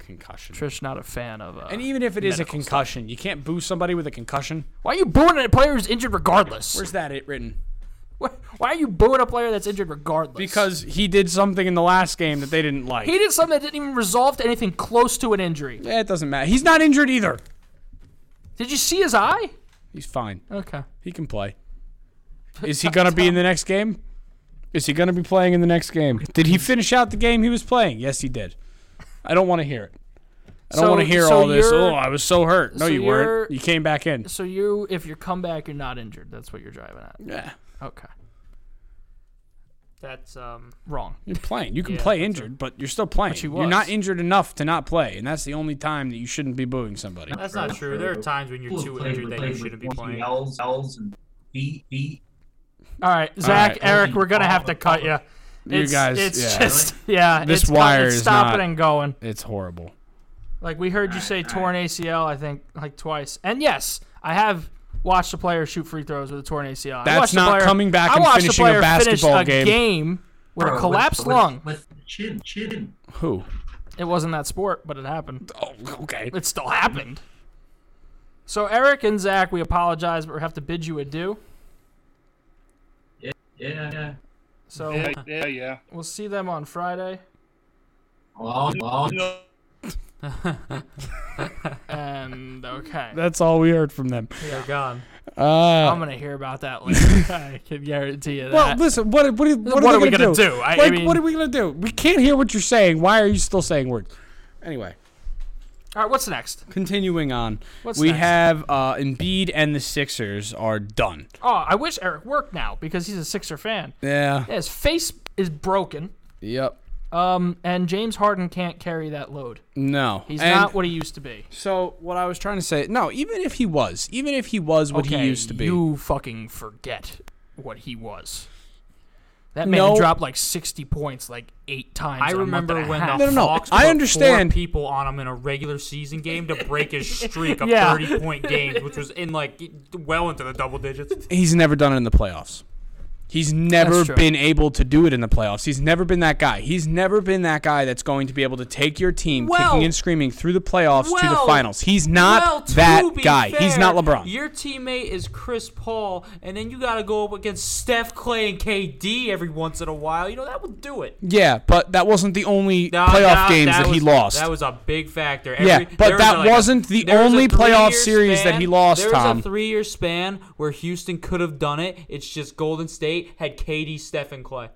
S3: Concussion.
S1: Trish, not a fan of. Uh,
S3: And even if it is a
S1: medical stuff.
S3: concussion, you can't boo somebody with a concussion.
S1: why are you booing a player who's injured regardless?
S3: Where's that it written?
S1: Wh- <laughs> why are you booing a player that's injured regardless?
S3: Because he did something in the last game that they didn't like.
S1: he did something that didn't even resolve to anything close to an injury.
S3: Eh, it doesn't matter. He's not injured either.
S1: Did you see his eye?
S3: He's fine.
S1: Okay.
S3: He can play. Is he going to be in the next game? Is he going to be playing in the next game? Did he finish out the game he was playing? Yes, he did. I don't want to hear it. I don't
S1: So-
S3: want to hear
S1: so
S3: all this.
S1: you're-
S3: Oh, I was so hurt. No,
S1: so
S3: you
S1: you're-
S3: weren't. You came back in.
S1: So you, if you come back, you're not injured. That's what you're driving at.
S3: Yeah.
S1: Okay.
S5: That's um.
S1: Wrong.
S3: You're playing. You can
S5: Yeah,
S3: play
S5: that's
S3: injured, but you're still playing.
S1: she
S3: You're not
S1: was.
S3: injured enough to not play, and that's the only time that you shouldn't be booing somebody.
S5: That's not true. There are times when you're too injured that you shouldn't be playing.
S6: Yells, yells, and beat, beat.
S1: All right, Zach,
S3: right.
S1: Eric, we're gonna have to cut you.
S3: You guys,
S1: it's
S3: yeah.
S1: just yeah.
S3: This
S1: it's co-
S3: wire
S1: it's
S3: is
S1: stopping
S3: not-
S1: and going.
S3: It's horrible.
S1: Like we heard you say, torn ACL. I think like twice. And yes, I have watched a player shoot free throws with a torn ACL. I
S3: That's
S1: watched a
S3: not
S1: player-
S3: coming back
S1: I
S3: and
S1: watched
S3: finishing a
S1: a, player
S3: basketball
S1: finish
S3: game.
S1: A game with a collapsed
S6: with,
S1: lung.
S6: With, with chin, chin.
S3: Who?
S1: It wasn't that sport, but it happened.
S3: Oh, okay.
S1: It still happened. So Eric and Zach, we apologize, but we have to bid you adieu.
S6: Yeah, yeah.
S1: So
S4: Yeah, yeah, yeah.
S1: we'll see them on Friday.
S6: Long, long.
S4: No.
S3: <laughs>
S1: And okay,
S3: That's all we heard from them. Uh,
S5: They're gone.
S1: I'm gonna hear about
S3: <laughs>
S1: that later. I can guarantee you that.
S3: well, listen. What? What? What,
S1: What
S3: are,
S1: are we
S3: gonna
S1: gonna
S3: do?
S1: do? I- I
S3: like,
S1: mean-
S3: what are we gonna do? We can't hear what you're saying. Why are you still saying words? Anyway,
S1: All right, what's next?
S3: continuing on,
S1: What's
S3: we
S1: next?
S3: have uh, Embiid and the Sixers are done.
S1: Oh, I wish Eric worked now because he's a Sixer fan.
S3: Yeah.
S1: Yeah, his face is broken,
S3: Yep.
S1: um, and James Harden can't carry that load.
S3: No.
S1: He's
S3: And
S1: not what he used to be.
S3: So what I was trying to say, no, even if he was, even if he was what
S1: okay,
S3: he used to be,
S1: You fucking forget what he was. That man
S3: No.
S1: dropped like 60 points like eight times.
S5: I
S1: in a month
S5: remember
S1: and a
S5: when
S1: half.
S5: the
S3: No, no, no.
S5: Hawks
S3: I
S5: put
S3: understand.
S5: four people on him in a regular season game to break <laughs> his streak of
S1: Yeah.
S5: thirty point games, which was in like well into the double digits.
S3: He's never done it in the playoffs. He's never
S1: That's true.
S3: been able to do it in the playoffs. He's never been that guy. He's never been that guy that's going to be able to take your team
S5: Well-
S3: kicking and screaming through the playoffs to the
S5: Well-
S3: finals. He's not
S5: well, to
S3: that
S5: be
S3: guy. He's
S5: fair,
S3: not LeBron.
S5: Your teammate is Chris Paul, and then you got to go up against Steph, Clay, and KD every once in a while. You know that would do it.
S3: yeah, but that wasn't the only
S5: No,
S3: playoff
S5: no,
S3: games that, he
S5: was-
S3: lost.
S5: That was a big factor.
S3: Yeah,
S5: Every-
S3: but
S5: there was
S3: that
S5: like a-
S3: wasn't the
S5: there was a
S3: only playoff
S5: three-year
S3: series that
S5: span-
S3: he lost,
S5: There
S3: Tom.
S5: was a three-year span where Houston could have done it. It's just Golden State had KD, Steph, and Clay,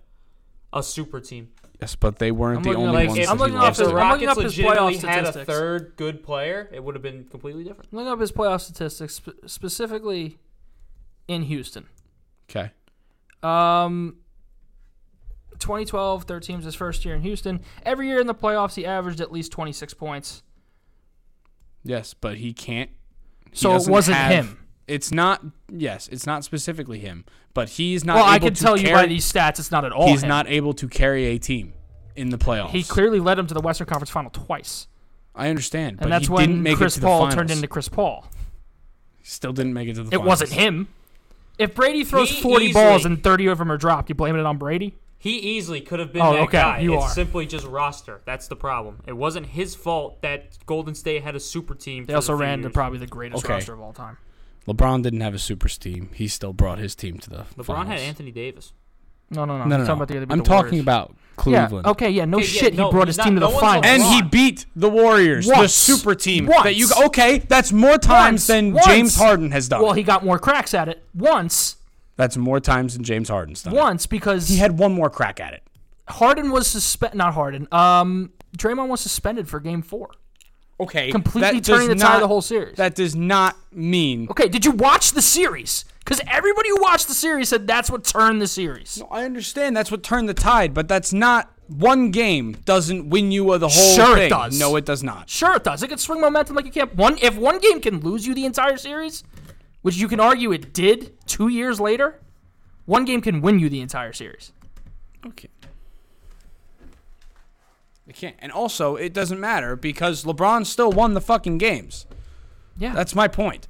S5: a super team.
S3: yes, but they weren't
S1: I'm
S3: the
S1: looking
S3: only
S1: at this.
S3: ones.
S5: if,
S3: that
S1: I'm
S3: he
S1: looking
S5: if
S1: off
S3: lost.
S5: the
S1: his- I'm looking
S5: Rockets
S1: up his
S5: legitimately
S1: playoff
S5: had a
S1: statistics.
S5: third good player, it would have been completely different.
S1: Looking up his playoff statistics, sp- specifically in Houston.
S3: okay.
S1: Um, 2012, 13 was his first year in Houston. Every year in the playoffs, he averaged at least 26 points.
S3: Yes, but he can't. he
S1: So it
S3: doesn't
S1: wasn't
S3: have-
S1: him.
S3: It's not. Yes, it's not specifically him, but he's not.
S1: Well, I
S3: able
S1: can
S3: to
S1: tell you by
S3: carry-
S1: these stats, it's not at all.
S3: He's
S1: him.
S3: not able to carry a team in the playoffs.
S1: He clearly led him to the Western Conference Final twice,
S3: I understand, but
S1: and that's
S3: he
S1: when
S3: didn't make it
S1: Chris
S3: to the
S1: Paul
S3: finals.
S1: turned into Chris Paul.
S3: Still didn't make it to the.
S1: It
S3: finals.
S1: wasn't him. If Brady throws
S5: He
S1: 40 balls
S5: easily-
S1: and 30 of them are dropped, you blaming it on Brady?
S5: He easily could have been
S1: Oh,
S5: that
S1: okay,
S5: guy.
S1: you
S5: it's
S1: are.
S5: simply just roster. That's the problem. It wasn't his fault that Golden State had a super team.
S1: They
S5: for
S1: also
S5: the few
S1: ran to
S5: years.
S1: probably the greatest
S3: Okay.
S1: roster of all time.
S3: LeBron didn't have a super team. He still brought his team to the.
S5: LeBron
S3: finals.
S5: had Anthony Davis.
S1: No, no, no.
S3: No, no,
S1: I'm
S3: no.
S1: talking about the other.
S3: I'm
S1: the
S3: talking
S1: Warriors.
S3: about
S1: Yeah.
S3: Cleveland.
S1: Okay. Yeah. No
S5: Okay, yeah,
S1: shit.
S5: no,
S1: he brought
S5: he's
S1: his team
S5: not-
S1: to
S5: no
S1: the
S5: one's
S1: finals.
S3: And he
S5: Once.
S3: beat the Warriors, the
S1: Once.
S3: super team that you.
S1: Once.
S3: Okay, that's more times
S1: Once.
S3: than
S1: Once.
S3: James Harden has done.
S1: well, he got more cracks at it once,
S3: that's more times than James Harden's done.
S1: once because
S3: He had one more crack at it.
S1: Harden was suspended. Not Harden. Um, Draymond was suspended for Game Four,
S3: Okay,
S1: completely
S3: that does
S1: turning the tide
S3: not-
S1: of the whole series.
S3: That does not mean.
S1: okay. Did you watch the series? Because everybody who watched the series said that's what turned the series.
S3: I understand that's what turned the tide, but that's not one game doesn't win you the whole
S1: Sure it
S3: thing.
S1: does.
S3: No, it does not.
S1: Sure, it does. It can swing momentum like you can't. One, if one game can lose you the entire series, which you can argue it did two years later, one game can win you the entire series.
S3: Okay. It can't. And also, it doesn't matter because LeBron still won the fucking games.
S1: Yeah.
S3: That's my point.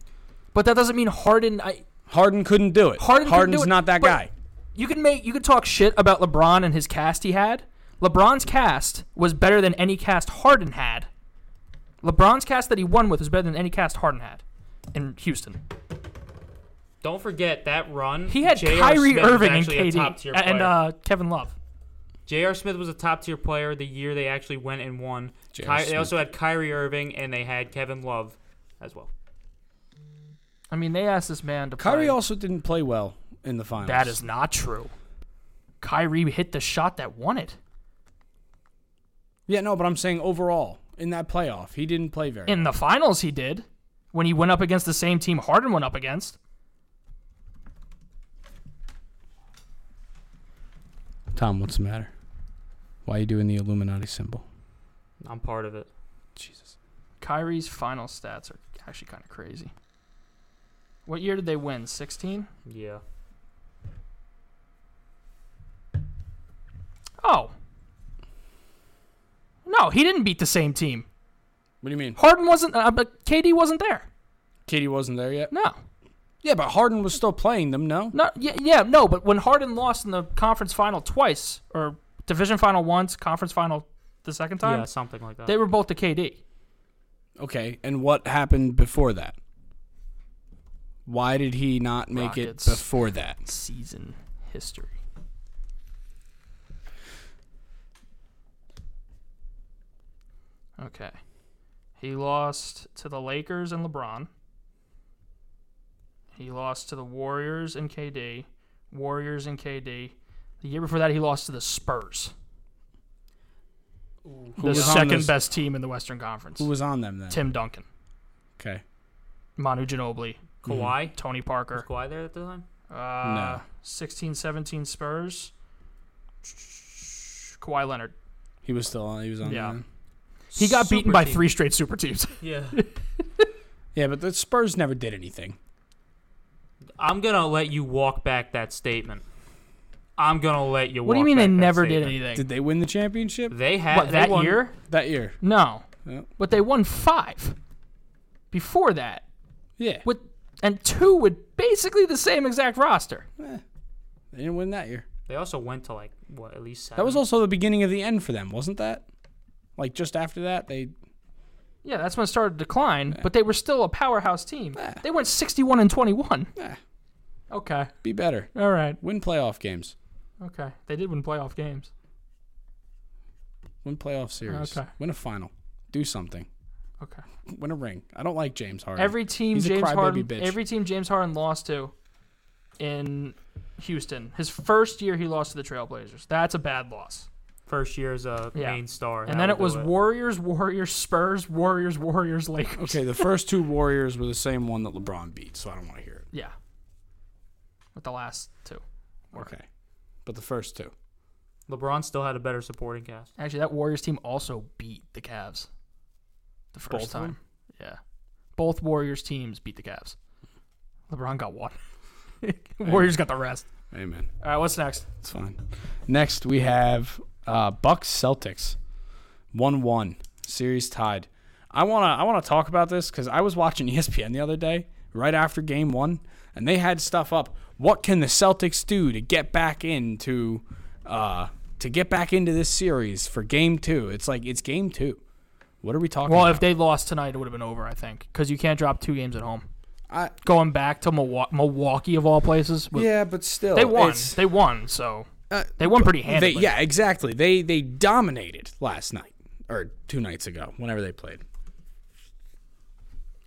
S1: But that doesn't mean Harden. I,
S3: Harden couldn't do it.
S1: Harden couldn't
S3: Harden's
S1: do it,
S3: not that
S1: but-
S3: guy.
S1: you can make you can talk shit about LeBron and his cast he had. LeBron's cast was better than any cast Harden had. LeBron's cast that he won with was better than any cast Harden had in Houston.
S5: Don't forget that run.
S1: He had
S5: J.R.
S1: Kyrie
S5: Smith was
S1: Irving and
S5: actually a
S1: KD
S5: top-tier
S1: and
S5: player.
S1: uh, Kevin Love.
S5: J.R. Smith was a top tier player the year they actually went and won.
S3: J.R.
S5: Ky- they
S3: Smith.
S5: also had Kyrie Irving and they had Kevin Love as well.
S1: I mean, they asked this man to
S3: Kyrie
S1: play.
S3: also didn't play well in the finals.
S1: That is not true. Kyrie hit the shot that won it
S3: Yeah, no, but I'm saying overall in that playoff, he didn't play very.
S1: in the finals. He did when he went up against the same team Harden went up against.
S3: well. Tom, what's the matter? Why are you doing the Illuminati symbol?
S5: I'm part of it.
S3: Jesus.
S1: Kyrie's final stats are actually kind of crazy. What year did they win? 16?
S5: Yeah.
S1: Oh. No, he didn't beat the same team.
S3: What do you mean?
S1: Harden wasn't, uh, but KD wasn't there.
S3: Katie wasn't there yet.
S1: No.
S3: Yeah, but Harden was still playing them. No.
S1: No, yeah, yeah, no, but when Harden lost in the conference final twice, or division final once, conference final the second time,
S5: Yeah, something like that.
S1: they were both to KD.
S3: Okay, and what happened before that? Why did he not make
S1: Rockets.
S3: it before that?
S1: Season history. Okay. He lost to the Lakers and LeBron. He lost to the Warriors and KD. Warriors and KD. The year before that, he lost to the Spurs,
S3: Who
S1: the
S3: was on
S1: second
S3: those-
S1: best team in the Western Conference.
S3: Who was on them then?
S1: Tim Duncan,
S3: Okay.
S1: Manu Ginobili,
S5: Kawhi?
S1: Tony Parker.
S5: Was Kawhi there at the time?
S1: Uh, 16 17 Spurs. Kawhi Leonard.
S3: He was still on. He was on.
S1: Yeah.
S3: them.
S1: He got
S5: Super
S1: beaten by
S5: team.
S1: three straight super teams.
S5: <laughs> Yeah.
S3: Yeah, but the Spurs never did anything.
S5: I'm going to let you walk back that statement. I'm gonna let you.
S1: What do you
S5: walk
S1: mean they
S5: back that
S1: never did
S5: statement.
S1: anything?
S3: Did they win the championship
S5: They had
S1: what
S5: they
S1: that
S5: won-
S1: year?
S3: that year?
S1: No,
S3: Yeah.
S1: but they won five. Before that,
S3: Yeah,
S1: with and two with basically the same exact roster.
S3: they didn't win that year.
S5: They also went to like what at least seven.
S3: That was also the beginning of the end for them, wasn't that? Like just after that, they
S1: Yeah, that's when it started to decline. But they were still a powerhouse team. They went sixty-one and twenty-one.
S3: Yeah.
S1: Okay.
S3: be better,
S1: All right.
S3: win playoff games,
S1: Okay. They did win playoff games.
S3: win playoff series,
S1: Okay.
S3: win a final, do something,
S1: Okay.
S3: win a ring. I don't like James Harden.
S1: Every team
S3: He's a
S1: James
S3: crybaby
S1: Harden
S3: bitch.
S1: every team James Harden lost to in Houston. His first year he lost to the Trailblazers. That's a bad loss.
S5: first year as a
S1: Yeah.
S5: main star.
S1: And
S5: That
S1: then it
S5: would
S1: was
S5: do
S1: Warriors, Warriors, Spurs, Warriors, Warriors, Lakers.
S3: okay, the first two Warriors were the same one that LeBron beat, so I don't want to hear it.
S1: <laughs> Yeah. With the last two.
S3: Okay, but the first two.
S5: LeBron still had a better supporting cast.
S1: Actually, that Warriors team also beat the Cavs. The first
S3: Both of
S1: time.
S3: them?
S1: Yeah. Both Warriors teams beat the Cavs. LeBron got one. <laughs> Warriors got the rest.
S3: Amen.
S1: All right, what's next?
S3: It's fine. Next we have uh, Bucks Celtics, one one series tied. I wanna I wanna talk about this because I was watching <laughs> E ESPN the other day right after Game One, and they had stuff up. What can the Celtics do to get back into uh, to get back into this series for Game Two? It's like it's Game Two. What are we talking
S1: Well,
S3: about?
S1: if they lost tonight, it would have been over, I think, because you can't drop two games at home.
S3: I-
S1: Going back to Milwa- Milwaukee of all places, was-
S3: yeah, but still,
S1: they won.
S3: it's-
S1: They won, so
S3: uh,
S1: they won pretty
S3: They,
S1: handily.
S3: yeah, exactly. They they dominated last night or two nights ago, whenever they played.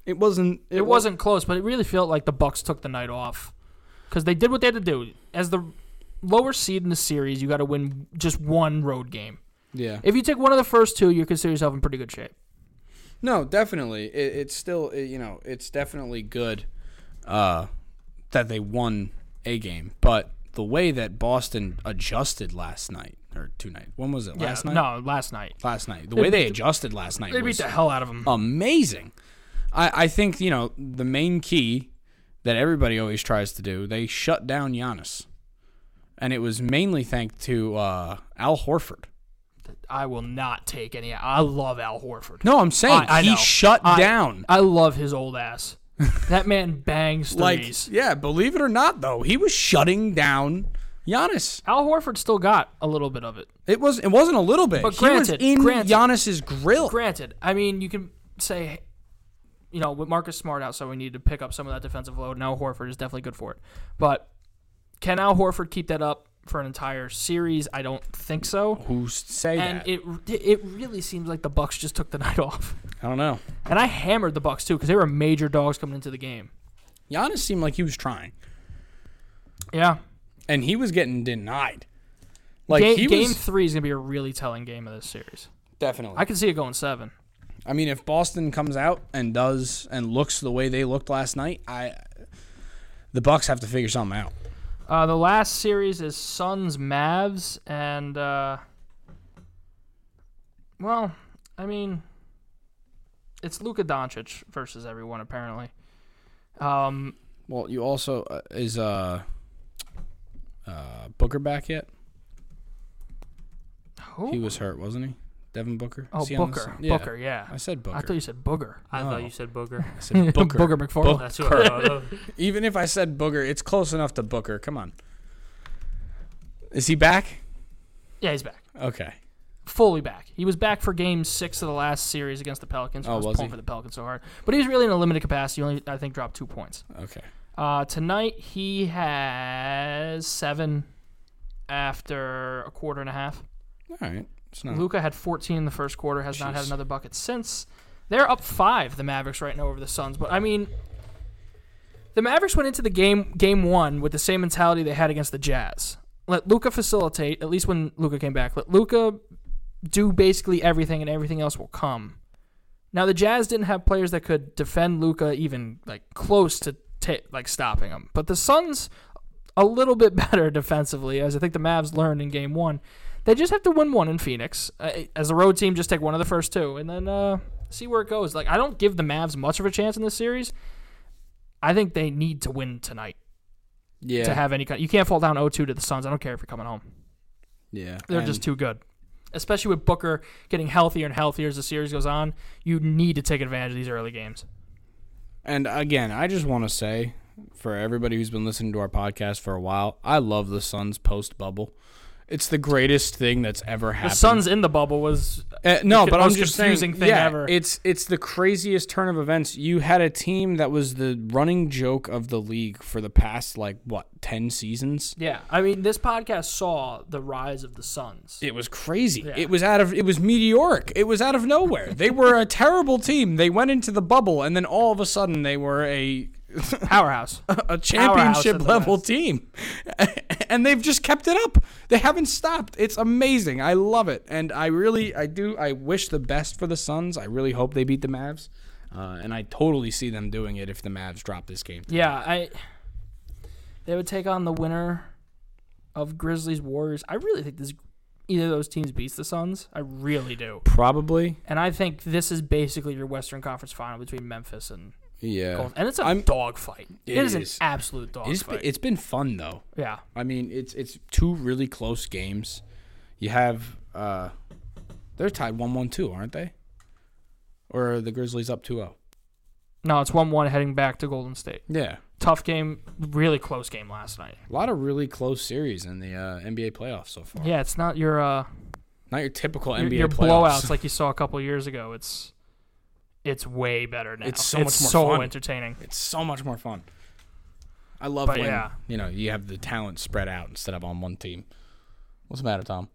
S3: It wasn't.
S1: it wasn't close, but it really felt like the Bucks took the night off because they did what they had to do. As the lower seed in the series, you got to win just one road game.
S3: Yeah.
S1: If you take one of the first two, you consider yourself in pretty good shape.
S3: no, definitely. It, it's still. It, you know, it's definitely good uh, that they won a game, but the way that Boston adjusted last night or two night. When was it? Last
S1: yeah,
S3: night.
S1: No, last night
S3: Last night. The way they adjusted last night.
S1: they beat
S3: was,
S1: the hell out of them.
S3: amazing. I, I think, you know, the main key that everybody always tries to do, they shut down Giannis. And it was mainly thanks to uh, Al Horford.
S1: I will not take any. I love Al Horford.
S3: No, I'm saying
S1: I- I
S3: he
S1: know.
S3: shut
S1: I-
S3: down.
S1: I love his
S3: <laughs>
S1: old ass. that man bangs
S3: like,
S1: threes.
S3: yeah, believe it or not, though, he was shutting down Giannis.
S1: Al Horford still got a little bit of it.
S3: It was it wasn't a little bit.
S1: But granted-
S3: he was in
S1: granted-
S3: Giannis's grill.
S1: Granted, I mean, you can say, you know, with Marcus Smart out, so we need to pick up some of that defensive load. Now Horford is definitely good for it. But can Al Horford keep that up for an entire series? I don't think so.
S3: Who say
S1: And
S3: that?
S1: it it really seems like the Bucks just took the <laughs> night off.
S3: I don't know.
S1: And I hammered the Bucks too because they were major dogs coming into the game.
S3: Giannis seemed like he was trying,
S1: Yeah.
S3: and he was getting denied. Like
S1: game,
S3: he was
S1: game three is gonna be a really telling game of this series.
S3: definitely.
S1: I can see it going seven.
S3: I mean, if Boston comes out and does and looks the way they looked last night, I the Bucks have to figure something out.
S1: Uh, the last series is Suns Mavs, and uh, well, I mean, it's Luka Doncic versus everyone apparently. Um,
S3: Well, you also uh, is uh, uh Booker back yet?
S1: who?
S3: He was hurt, wasn't he? Devin Booker.
S1: oh,
S3: Is he on this-
S1: Booker.
S3: Yeah.
S1: Booker, yeah.
S3: I said Booker.
S1: I thought you said Booger.
S3: <laughs>
S5: I
S3: No.
S5: thought you said <laughs> Booger.
S3: I said Booker.
S1: Booger McFarland.
S5: That's what I thought of.
S3: Even if I said Booker, it's close enough to Booker. Come on. Is he back?
S1: Yeah, he's back,
S3: Okay.
S1: fully back. He was back for Game Six of the last series against the Pelicans.
S3: Oh,
S1: I was,
S3: was
S1: pulling
S3: he?
S1: for the Pelicans so hard, but he was really in a limited capacity. Only I think dropped two points.
S3: Okay.
S1: Uh, tonight he has seven after a quarter and a half.
S3: All right. It's not.
S1: Luca had 14 in the first quarter, has not had
S3: Hmm. Jeez.
S1: another bucket since. They're up five, the Mavericks right now over the Suns. But I mean, the Mavericks went into the game game one with the same mentality they had against the Jazz. Let Luca facilitate, at least when Luca came back. Let Luca do basically everything, and everything else will come. Now the Jazz didn't have players that could defend Luca even like close to ta like stopping him, but the Suns a little bit <laughs> better defensively, as I think the Mavs learned in Game One. They just have to win one in Phoenix uh, as a road team. Just take one of the first two, and then uh, see where it goes. Like I don't give the Mavs much of a chance in this series. I think they need to win tonight.
S3: Yeah.
S1: to have any kind. You can't fall down 0-2 to the Suns. I don't care if you're coming home.
S3: yeah.
S1: They're
S3: And-
S1: just too good. <laughs> Especially with Booker getting healthier and healthier as the series goes on, you need to take advantage of these early games.
S3: And again, I just want to say for everybody who's been listening to our podcast for a while, I love the Suns post bubble. It's the greatest thing that's ever
S1: The
S3: happened.
S1: Suns in the bubble was
S3: Uh, no,
S1: the
S3: but I'm
S1: most
S3: just
S1: confusing
S3: saying,
S1: thing
S3: yeah,
S1: ever.
S3: it's it's the craziest turn of events. You had a team that was the running joke of the league for the past like what ten seasons.
S1: yeah. I mean, this podcast saw the rise of the
S3: <laughs>
S1: Suns.
S3: It was crazy.
S1: Yeah.
S3: It was out of it was meteoric. It was out of nowhere. they were a terrible team. They went into the bubble, and then all of a sudden they were a <laughs>
S1: Powerhouse.
S3: a
S1: in
S3: championship
S1: the
S3: level
S1: West.
S3: team. <laughs> and they've just kept it up. They haven't stopped. It's amazing. I love it. And I really I do I wish the best for the Suns. I really hope they beat the Mavs. Uh, and I totally see them doing it if the Mavs drop this game.
S1: yeah, I. They would take on the winner of Grizzlies Warriors. I really think this either of those teams beats the Suns. I really do.
S3: Probably.
S1: And I think this is basically your Western Conference final between Memphis and
S3: Yeah.
S1: Golden. And it's a
S3: I'm-
S1: dogfight.
S3: It
S1: it is, an
S3: is.
S1: absolute dogfight.
S3: It's been, it's been fun though.
S1: yeah.
S3: I mean, it's it's two really close games. You have uh they're tied 1-1-2, aren't they? Or are the Grizzlies up oh? 2-0?
S1: No, it's 1 1 heading back to Golden State.
S3: Yeah.
S1: Tough game, really close game last night.
S3: A lot of really close series in the uh, NBA playoffs so far.
S1: Yeah, it's not your uh,
S3: Not your typical
S1: your,
S3: NBA
S1: your
S3: playoffs.
S1: blowouts like you saw a couple years ago. It's it's way better now.
S3: It's so much more
S1: so
S3: fun.
S1: entertaining.
S3: It's so much more fun. I love
S1: But
S3: when
S1: yeah.
S3: you know you have the talent spread out instead of on one team. What's the matter, Tom?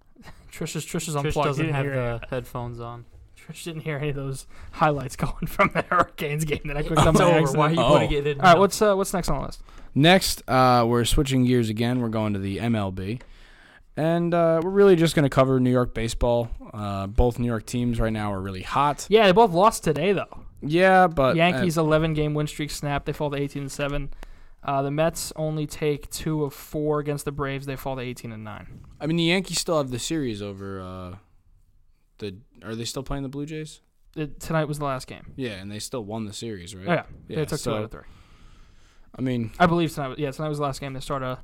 S1: Trish is Trish is
S5: Trish
S1: unplugged.
S5: doesn't
S1: didn't
S5: have
S1: hear
S5: the headphones on.
S1: it. Trish didn't hear any of those highlights <laughs> going from the Hurricanes game that I clicked on
S5: <laughs> It's
S1: by
S5: over.
S1: accident.
S5: Why are you
S3: Oh.
S5: putting it in?
S1: All right,
S5: now?
S1: what's uh, what's next on the list?
S3: Next, uh, we're switching gears again. We're going to the MLB. And uh, we're really just going to cover New York baseball. Uh, both New York teams right now are really hot.
S1: Yeah, they both lost today though.
S3: Yeah, but uh,
S1: Yankees 11 game win streak snapped. They fall to 18 and 7. Uh, the Mets only take two of four against the Braves. They fall to 18 and 9.
S3: I mean, the Yankees still have the series over. Uh, the are they still playing the Blue Jays?
S1: It, tonight was the last game.
S3: Yeah, and they still won the series, right?
S1: Oh, yeah.
S3: Yeah,
S1: they took
S3: so-
S1: two out of three.
S3: I mean,
S1: I believe tonight. was- Yeah, tonight was the last game. They start a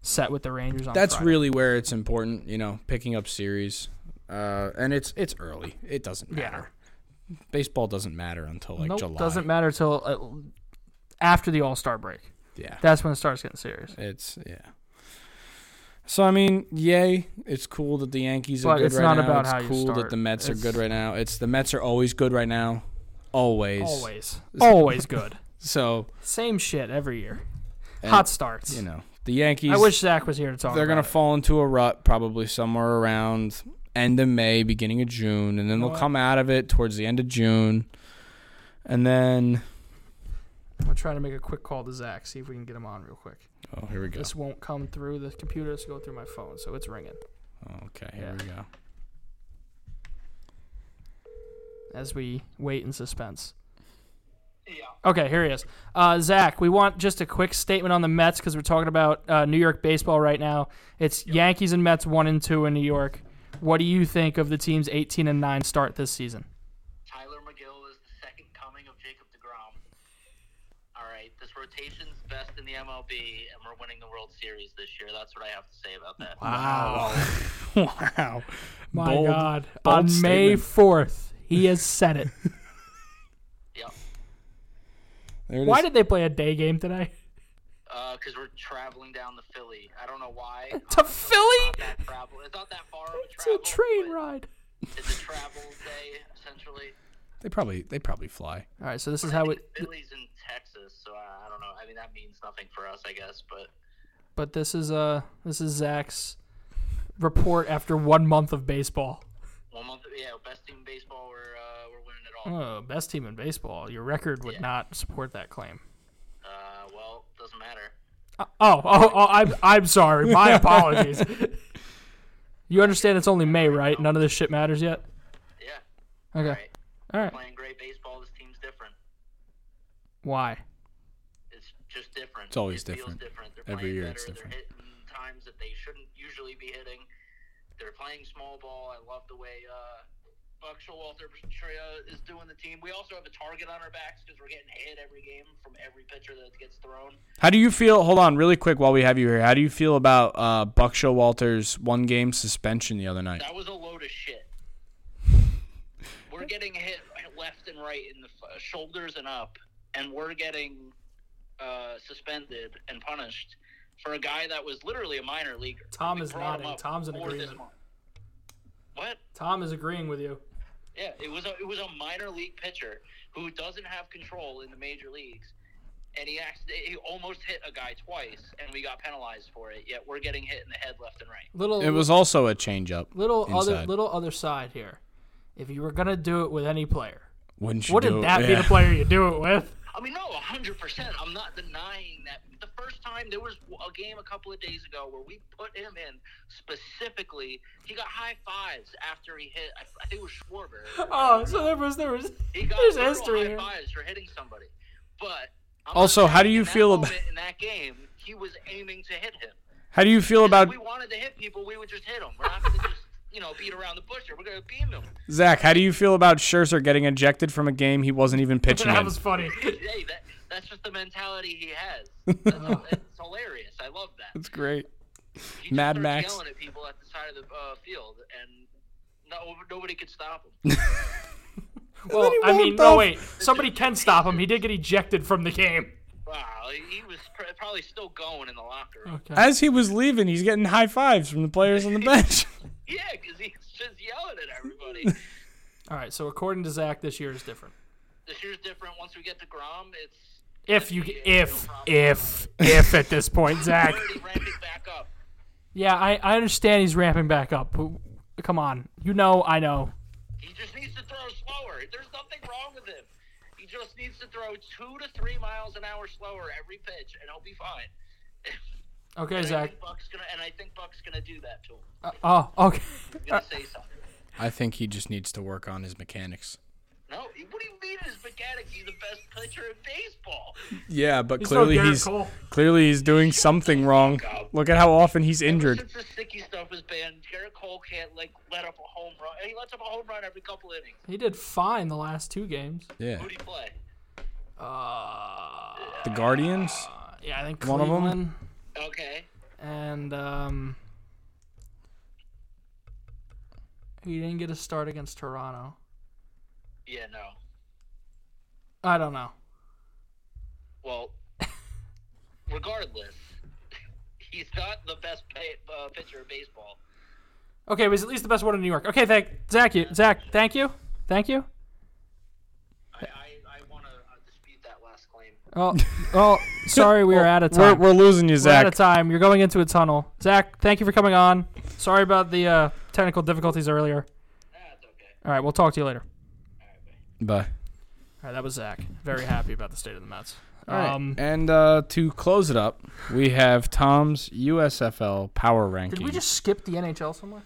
S1: set with the Rangers on.
S3: that's
S1: Friday.
S3: really where it's important, you know, picking up series. Uh, and it's it's early. It doesn't
S1: Yeah.
S3: matter. Baseball doesn't matter until like
S1: nope,
S3: July.
S1: doesn't matter till uh, after the All Star break.
S3: Yeah.
S1: That's when it starts getting serious.
S3: It's yeah. So I mean, yay! It's cool that the Yankees are
S1: But
S3: good
S1: it's
S3: right
S1: not
S3: now.
S1: about
S3: it's
S1: how you
S3: cool that
S1: start.
S3: the Mets are good
S1: It's-
S3: right now. It's the Mets are always good right now, always. <laughs>
S1: Always, always good.
S3: So
S1: Same shit every year.
S3: and,
S1: Hot starts.
S3: You know, the Yankees.
S1: I wish Zach was here to talk.
S3: they're
S1: about
S3: gonna
S1: it.
S3: fall into a rut probably somewhere around end of May, beginning of June, and then they'll
S1: what?
S3: come out of it towards the end of June, and then
S1: I'm trying to make a quick call to Zach. See if we can get him on real quick.
S3: oh here we go.
S1: This won't come through the computer. It's go through my phone, so it's ringing
S3: Okay, here
S1: Yeah.
S3: we go.
S1: as we wait in suspense. Okay, here he is. Uh, Zach, we want just a quick statement on the Mets because we're talking about uh, New York baseball right now. It's Yankees and Mets one and two in New York. What do you think of the team's 18 and nine start this season?
S7: Tyler McGill is the second coming of Jacob DeGrom. All right, this rotation's best in the MLB, and we're winning the World Series this year. That's what I have to say about that.
S3: Wow, <laughs> wow.
S1: My
S3: Bold-
S1: God!
S3: bold
S1: on May
S3: statement.
S1: 4th, he has said it.
S7: Yep.
S3: There <laughs> it
S1: Why
S3: is.
S1: did they play a day game today?
S7: Because Uh, we're traveling down to Philly. I don't know why.
S1: To Philly?
S7: Not that travel. It's not that far of a
S1: It's
S7: travel.
S1: a train
S7: but
S1: ride.
S7: It's a travel day, essentially.
S3: they probably they probably fly.
S1: All right, so this is
S7: I
S1: how
S7: think
S1: it.
S7: Philly's in Texas, so I, I don't know. I mean, that means nothing for us, I guess, but
S1: But this is uh this is Zach's report after one month of baseball.
S7: one month, yeah, best team in baseball. We're, uh, we're winning it all.
S1: Oh, best team in baseball. Your record would not support that claim. Hmm.
S7: Uh, well, doesn't matter.
S1: Oh, oh, oh I'm, I'm sorry. My apologies. you understand it's only May, right? None of this shit matters yet?
S7: Yeah,
S1: Okay.
S7: right.
S1: All right.
S7: playing great baseball. This team's different.
S1: Why?
S7: It's just different.
S3: It's always
S7: It feels
S3: different.
S7: different. They're
S3: Every
S7: playing
S3: year
S7: better.
S3: it's different.
S7: They're hitting times that they shouldn't usually be hitting. They're playing small ball. I love the way uh, Buck Showalter Tria is doing the team. We also have a target on our backs because we're getting hit every game from every pitcher that gets thrown.
S3: How do you feel? Hold on, really quick, while we have you here, how do you feel about uh, Buck Showalter's one game suspension the other night?
S7: That was a load of shit. We're getting hit left and right in the f- shoulders and up, and we're getting uh, suspended and punished for a guy that was literally a minor leaguer.
S1: Tom
S7: We
S1: is
S7: brought him
S1: nodding.
S7: up
S1: Tom's in
S7: for this
S1: agreement.
S7: month. What?
S1: Tom is agreeing with you.
S7: Yeah, it was a it was a minor league pitcher who doesn't have control in the major leagues, and he act- he almost hit a guy twice, and we got penalized for it. Yet we're getting hit in the head left and right.
S1: Little
S3: It was also a changeup.
S1: little other
S3: inside.
S1: little other side here. If you were gonna do it with any player,
S3: Wouldn't you do
S1: wouldn't
S3: it?
S1: that be
S3: Yeah.
S1: the player you do it with? <laughs>
S7: I mean, no, hundred percent. I'm not denying that. The first time there was a game a couple of days ago where we put him in specifically. He got high fives after he hit. I, I think it was Schwarber.
S1: <laughs> Oh, so there was there was
S7: He got
S1: there's
S7: literal
S1: history here.
S7: high fives for hitting somebody. But I'm
S3: Also,
S7: not
S3: how do
S7: saying
S3: you
S7: in that
S3: feel ab-
S7: moment in that game? He was aiming to hit him.
S3: How do you feel
S7: And if
S3: about
S7: we wanted to hit people, we would just hit them. We're not going to just you know beat around the bush. here. We're going to beam them.
S3: Zach? How do you feel about Scherzer getting ejected from a game he wasn't even pitching
S1: <laughs> That
S3: in? <laughs>
S1: was funny.
S7: Hey, that, that's just the mentality he has. That's, it's hilarious. I love that.
S3: That's great.
S7: He just
S3: Mad
S7: starts
S3: Max.
S7: yelling at people at the side of the uh, field, and no, nobody could stop
S3: <laughs>
S7: him.
S1: Well,
S3: he
S1: I mean,
S3: walked
S1: no
S3: off.
S1: wait, somebody can stop him. He did get ejected from the game.
S7: wow, he was pr- probably still going in the locker room.
S1: Okay.
S3: As he was leaving, he's getting high fives from the players
S1: <laughs>
S3: on the bench.
S7: Yeah, because he's just yelling at
S3: <laughs>
S7: everybody.
S1: All right. So according to Zach, this year is different.
S7: this year's different. Once we get to Grom, it's
S1: If you
S7: Yeah,
S1: if
S7: no problem.
S1: if if at this point, Zach.
S7: already ramping back up.
S1: Yeah, I I understand he's ramping back up. But come on, you know I know.
S7: He just needs to throw slower. There's nothing wrong with him. He just needs to throw two to three miles an hour slower every pitch, and he'll be fine. <laughs>
S1: Okay,
S7: And I
S1: Zach.
S7: think Buck's gonna, and I think Buck's gonna do that to him.
S1: Uh, oh, okay.
S7: He's
S3: Uh,
S7: gonna say something.
S3: I think he just needs to work on his mechanics.
S7: No, what do you mean his mechanic? He's the best pitcher in baseball.
S3: Yeah, but
S1: He's no
S3: clearly
S1: Garrett
S3: he's
S1: Cole.
S3: clearly he's doing something wrong. Look at how often he's injured.
S7: Since the sticky stuff is banned, Garrett Cole can't like let up a home run. He lets up a home run every couple innings.
S1: He did fine the last two games.
S3: Yeah,
S7: Who do you play?
S1: Uh,
S3: the Guardians.
S1: yeah, I think
S3: One of 'em?
S1: Cleveland
S7: Okay.
S1: and um, he didn't get a start against Toronto.
S7: Yeah, no.
S1: I don't know.
S7: Well, regardless, he's not the best pay, uh, pitcher in baseball.
S1: Okay, but he's at least the best one in New York. Okay, thank Zach. You, Zach, thank you, thank you.
S7: I, I, I want to uh, dispute that last claim.
S1: Oh, <laughs> oh, sorry, we are out of
S3: We're,
S1: time.
S3: we're losing you,
S1: We're out
S3: Zach.
S1: of time. You're going into a tunnel. Zach, thank you for coming on. Sorry about the uh, technical difficulties earlier.
S7: That's okay.
S1: All right, we'll talk to you later.
S3: Bye.
S1: All right, that was Zach. Very happy about the state of the Mets.
S3: All right.
S1: Um,
S3: and uh, to close it up, we have Tom's USFL power ranking.
S1: did we just skip the NHL somewhere?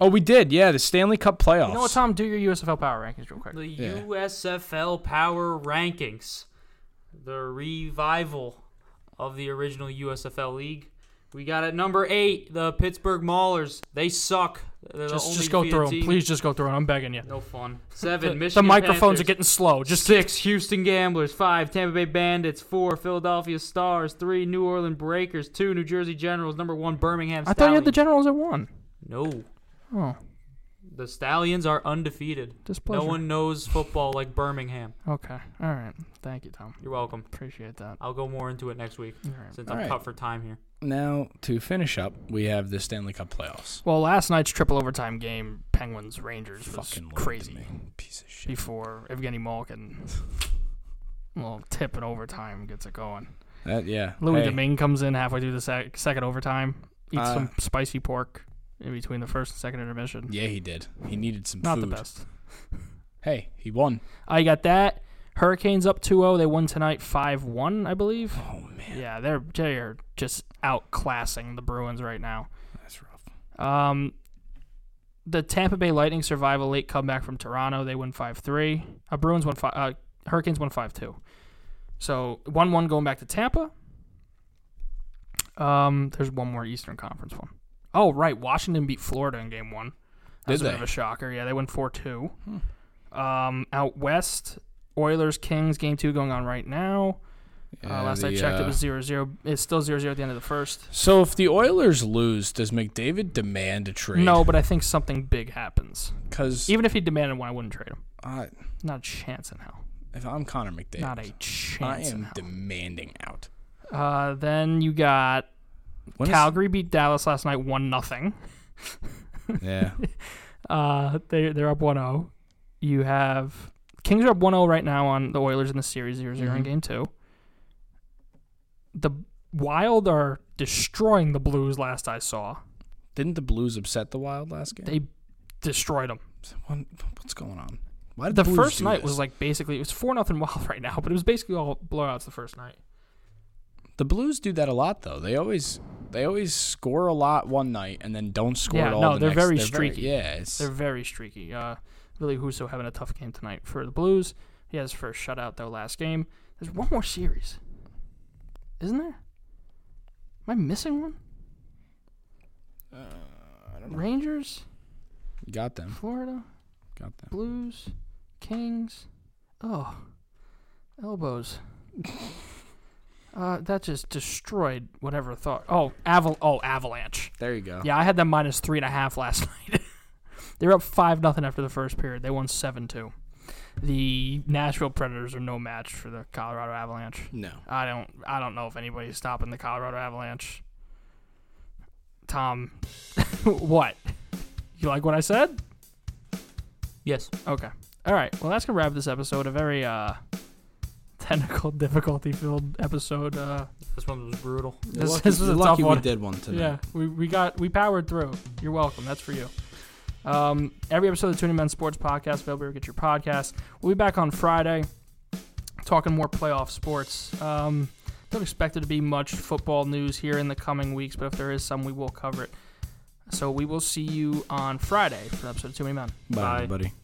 S3: Oh, we did. Yeah, the Stanley Cup playoffs.
S1: You know what, Tom? Do your USFL power rankings real quick.
S5: The
S3: Yeah.
S5: USFL Power Rankings, the revival of the original USFL League. We got at number eight the Pittsburgh Maulers. They suck. They're the
S1: Just,
S5: only
S1: just go
S5: defeated
S1: through them.
S5: team.
S1: Please just go through them. I'm begging you. <laughs>
S5: No fun.
S1: The,
S5: Seven.
S1: the
S5: Michigan
S1: microphones
S5: Panthers.
S1: are getting slow. Just
S5: Six Houston Gamblers, five Tampa Bay Bandits, four Philadelphia Stars, three New Orleans Breakers, two New Jersey Generals, number one Birmingham.
S1: I thought you had the
S5: Stallions.
S1: Generals at one.
S5: No,
S1: Oh,
S5: the Stallions are undefeated.
S1: Displeasure.
S5: No one knows football like Birmingham.
S1: okay. All right. Thank you, Tom.
S5: You're welcome.
S1: Appreciate that.
S5: I'll go more into it next week since I'm
S3: All right.
S5: cut for time here.
S3: Now to finish up, we have the Stanley Cup playoffs.
S1: Well, last night's triple overtime game, Penguins Rangers, was
S3: Fucking Lord to
S1: crazy.
S3: me. piece of shit.
S1: Before Evgeny Malkin, little tip in overtime gets it going.
S3: That, yeah.
S1: Louis
S3: Hey,
S1: Domingue comes in halfway through the sec- second overtime, eats
S3: Uh,
S1: some spicy pork in between the first and second intermission.
S3: Yeah, he did. He needed some
S1: Not
S3: food.
S1: the best.
S3: Hey, he won.
S1: I got that. Hurricanes up 2-0. They won tonight 5-1, I believe. Oh man. Yeah, they're they're just outclassing the Bruins right now.
S3: That's rough.
S1: Um the Tampa Bay Lightning survive a late comeback from Toronto. They win 5-3. Uh, Bruins won 5 uh, Hurricanes won 5-2. So, 1-1 going back to Tampa. Um there's one more Eastern Conference one. Oh, right. Washington beat Florida in game 1. That was
S3: Did
S1: a bit
S3: they? Hmm.
S1: of a shocker. Yeah, they went four two. Um, out west, Oilers Kings game two going on right now.
S3: Yeah,
S1: uh, last I
S3: the,
S1: checked, it
S3: uh,
S1: was zero zero. It's still zero zero at the end of the first.
S3: So if the Oilers lose, does McDavid demand a trade?
S1: No, but I think something big happens.
S3: because
S1: Even if he demanded one, I wouldn't trade him.
S3: uh,
S1: Not a chance in hell.
S3: if I'm Connor McDavid,
S1: Not a
S3: I
S1: chance. in
S3: am
S1: hell.
S3: demanding out.
S1: uh, then you got
S3: When is-
S1: Calgary beat Dallas last night one nothing.
S3: yeah,
S1: <laughs> Uh, they they're up 1-0. You have Kings are up 1-0 right now on the Oilers in the series 0-0 in
S3: Mm-hmm.
S1: game 2. The Wild are destroying the Blues last I saw.
S3: didn't the Blues upset the Wild last game?
S1: They destroyed them.
S3: What- what's going on? Why did
S1: The
S3: Blues
S1: first
S3: do
S1: night
S3: this?
S1: was like basically it was 4 nothing <laughs> Wild right now, but it was basically all blowouts the first night.
S3: the Blues do that a lot though. They always they always score a lot one night and then don't score
S1: Yeah,
S3: at all.
S1: no,
S3: the
S1: they're
S3: next-
S1: very streaky.
S3: yeah, it's
S1: They're very streaky. Uh, Billy Huso having a tough game tonight for the Blues. He has his first shutout though last game. There's one more series, isn't there? Am I missing one?
S3: Uh,
S1: Rangers,
S3: you got them,
S1: Florida,
S3: got them.
S1: Blues, Kings. Oh,
S3: <laughs>
S1: elbows. uh, that just destroyed whatever thought. Oh, aval. Oh, Avalanche.
S3: There you go.
S1: Yeah, I had them minus three and a half last <laughs> night. they were up five nothing after the first period. They won seven two. The Nashville Predators are no match for the Colorado Avalanche.
S3: No,
S1: I don't I don't know if anybody's stopping the Colorado Avalanche. Tom <laughs> what? You like what I said?
S5: Yes.
S1: Okay. All right. Well, that's gonna wrap this episode. A very uh, <laughs> technical, difficulty-filled episode. Uh,
S5: This one was brutal.
S1: this,
S3: lucky,
S1: this was a
S3: you're
S1: tough
S3: lucky
S1: one.
S3: we did one tonight.
S1: Yeah, we, we got we powered through. You're welcome. That's for you. Um, every episode of the Tuning Men Sports Podcast, available where you get your podcast. We'll be back on Friday, talking more playoff sports. Um, don't expect there to be much football news here in the coming weeks, but if there is some, we will cover it. So we will see you on Friday for an episode of Too Many Men.
S3: Bye,
S5: Bye.
S3: everybody.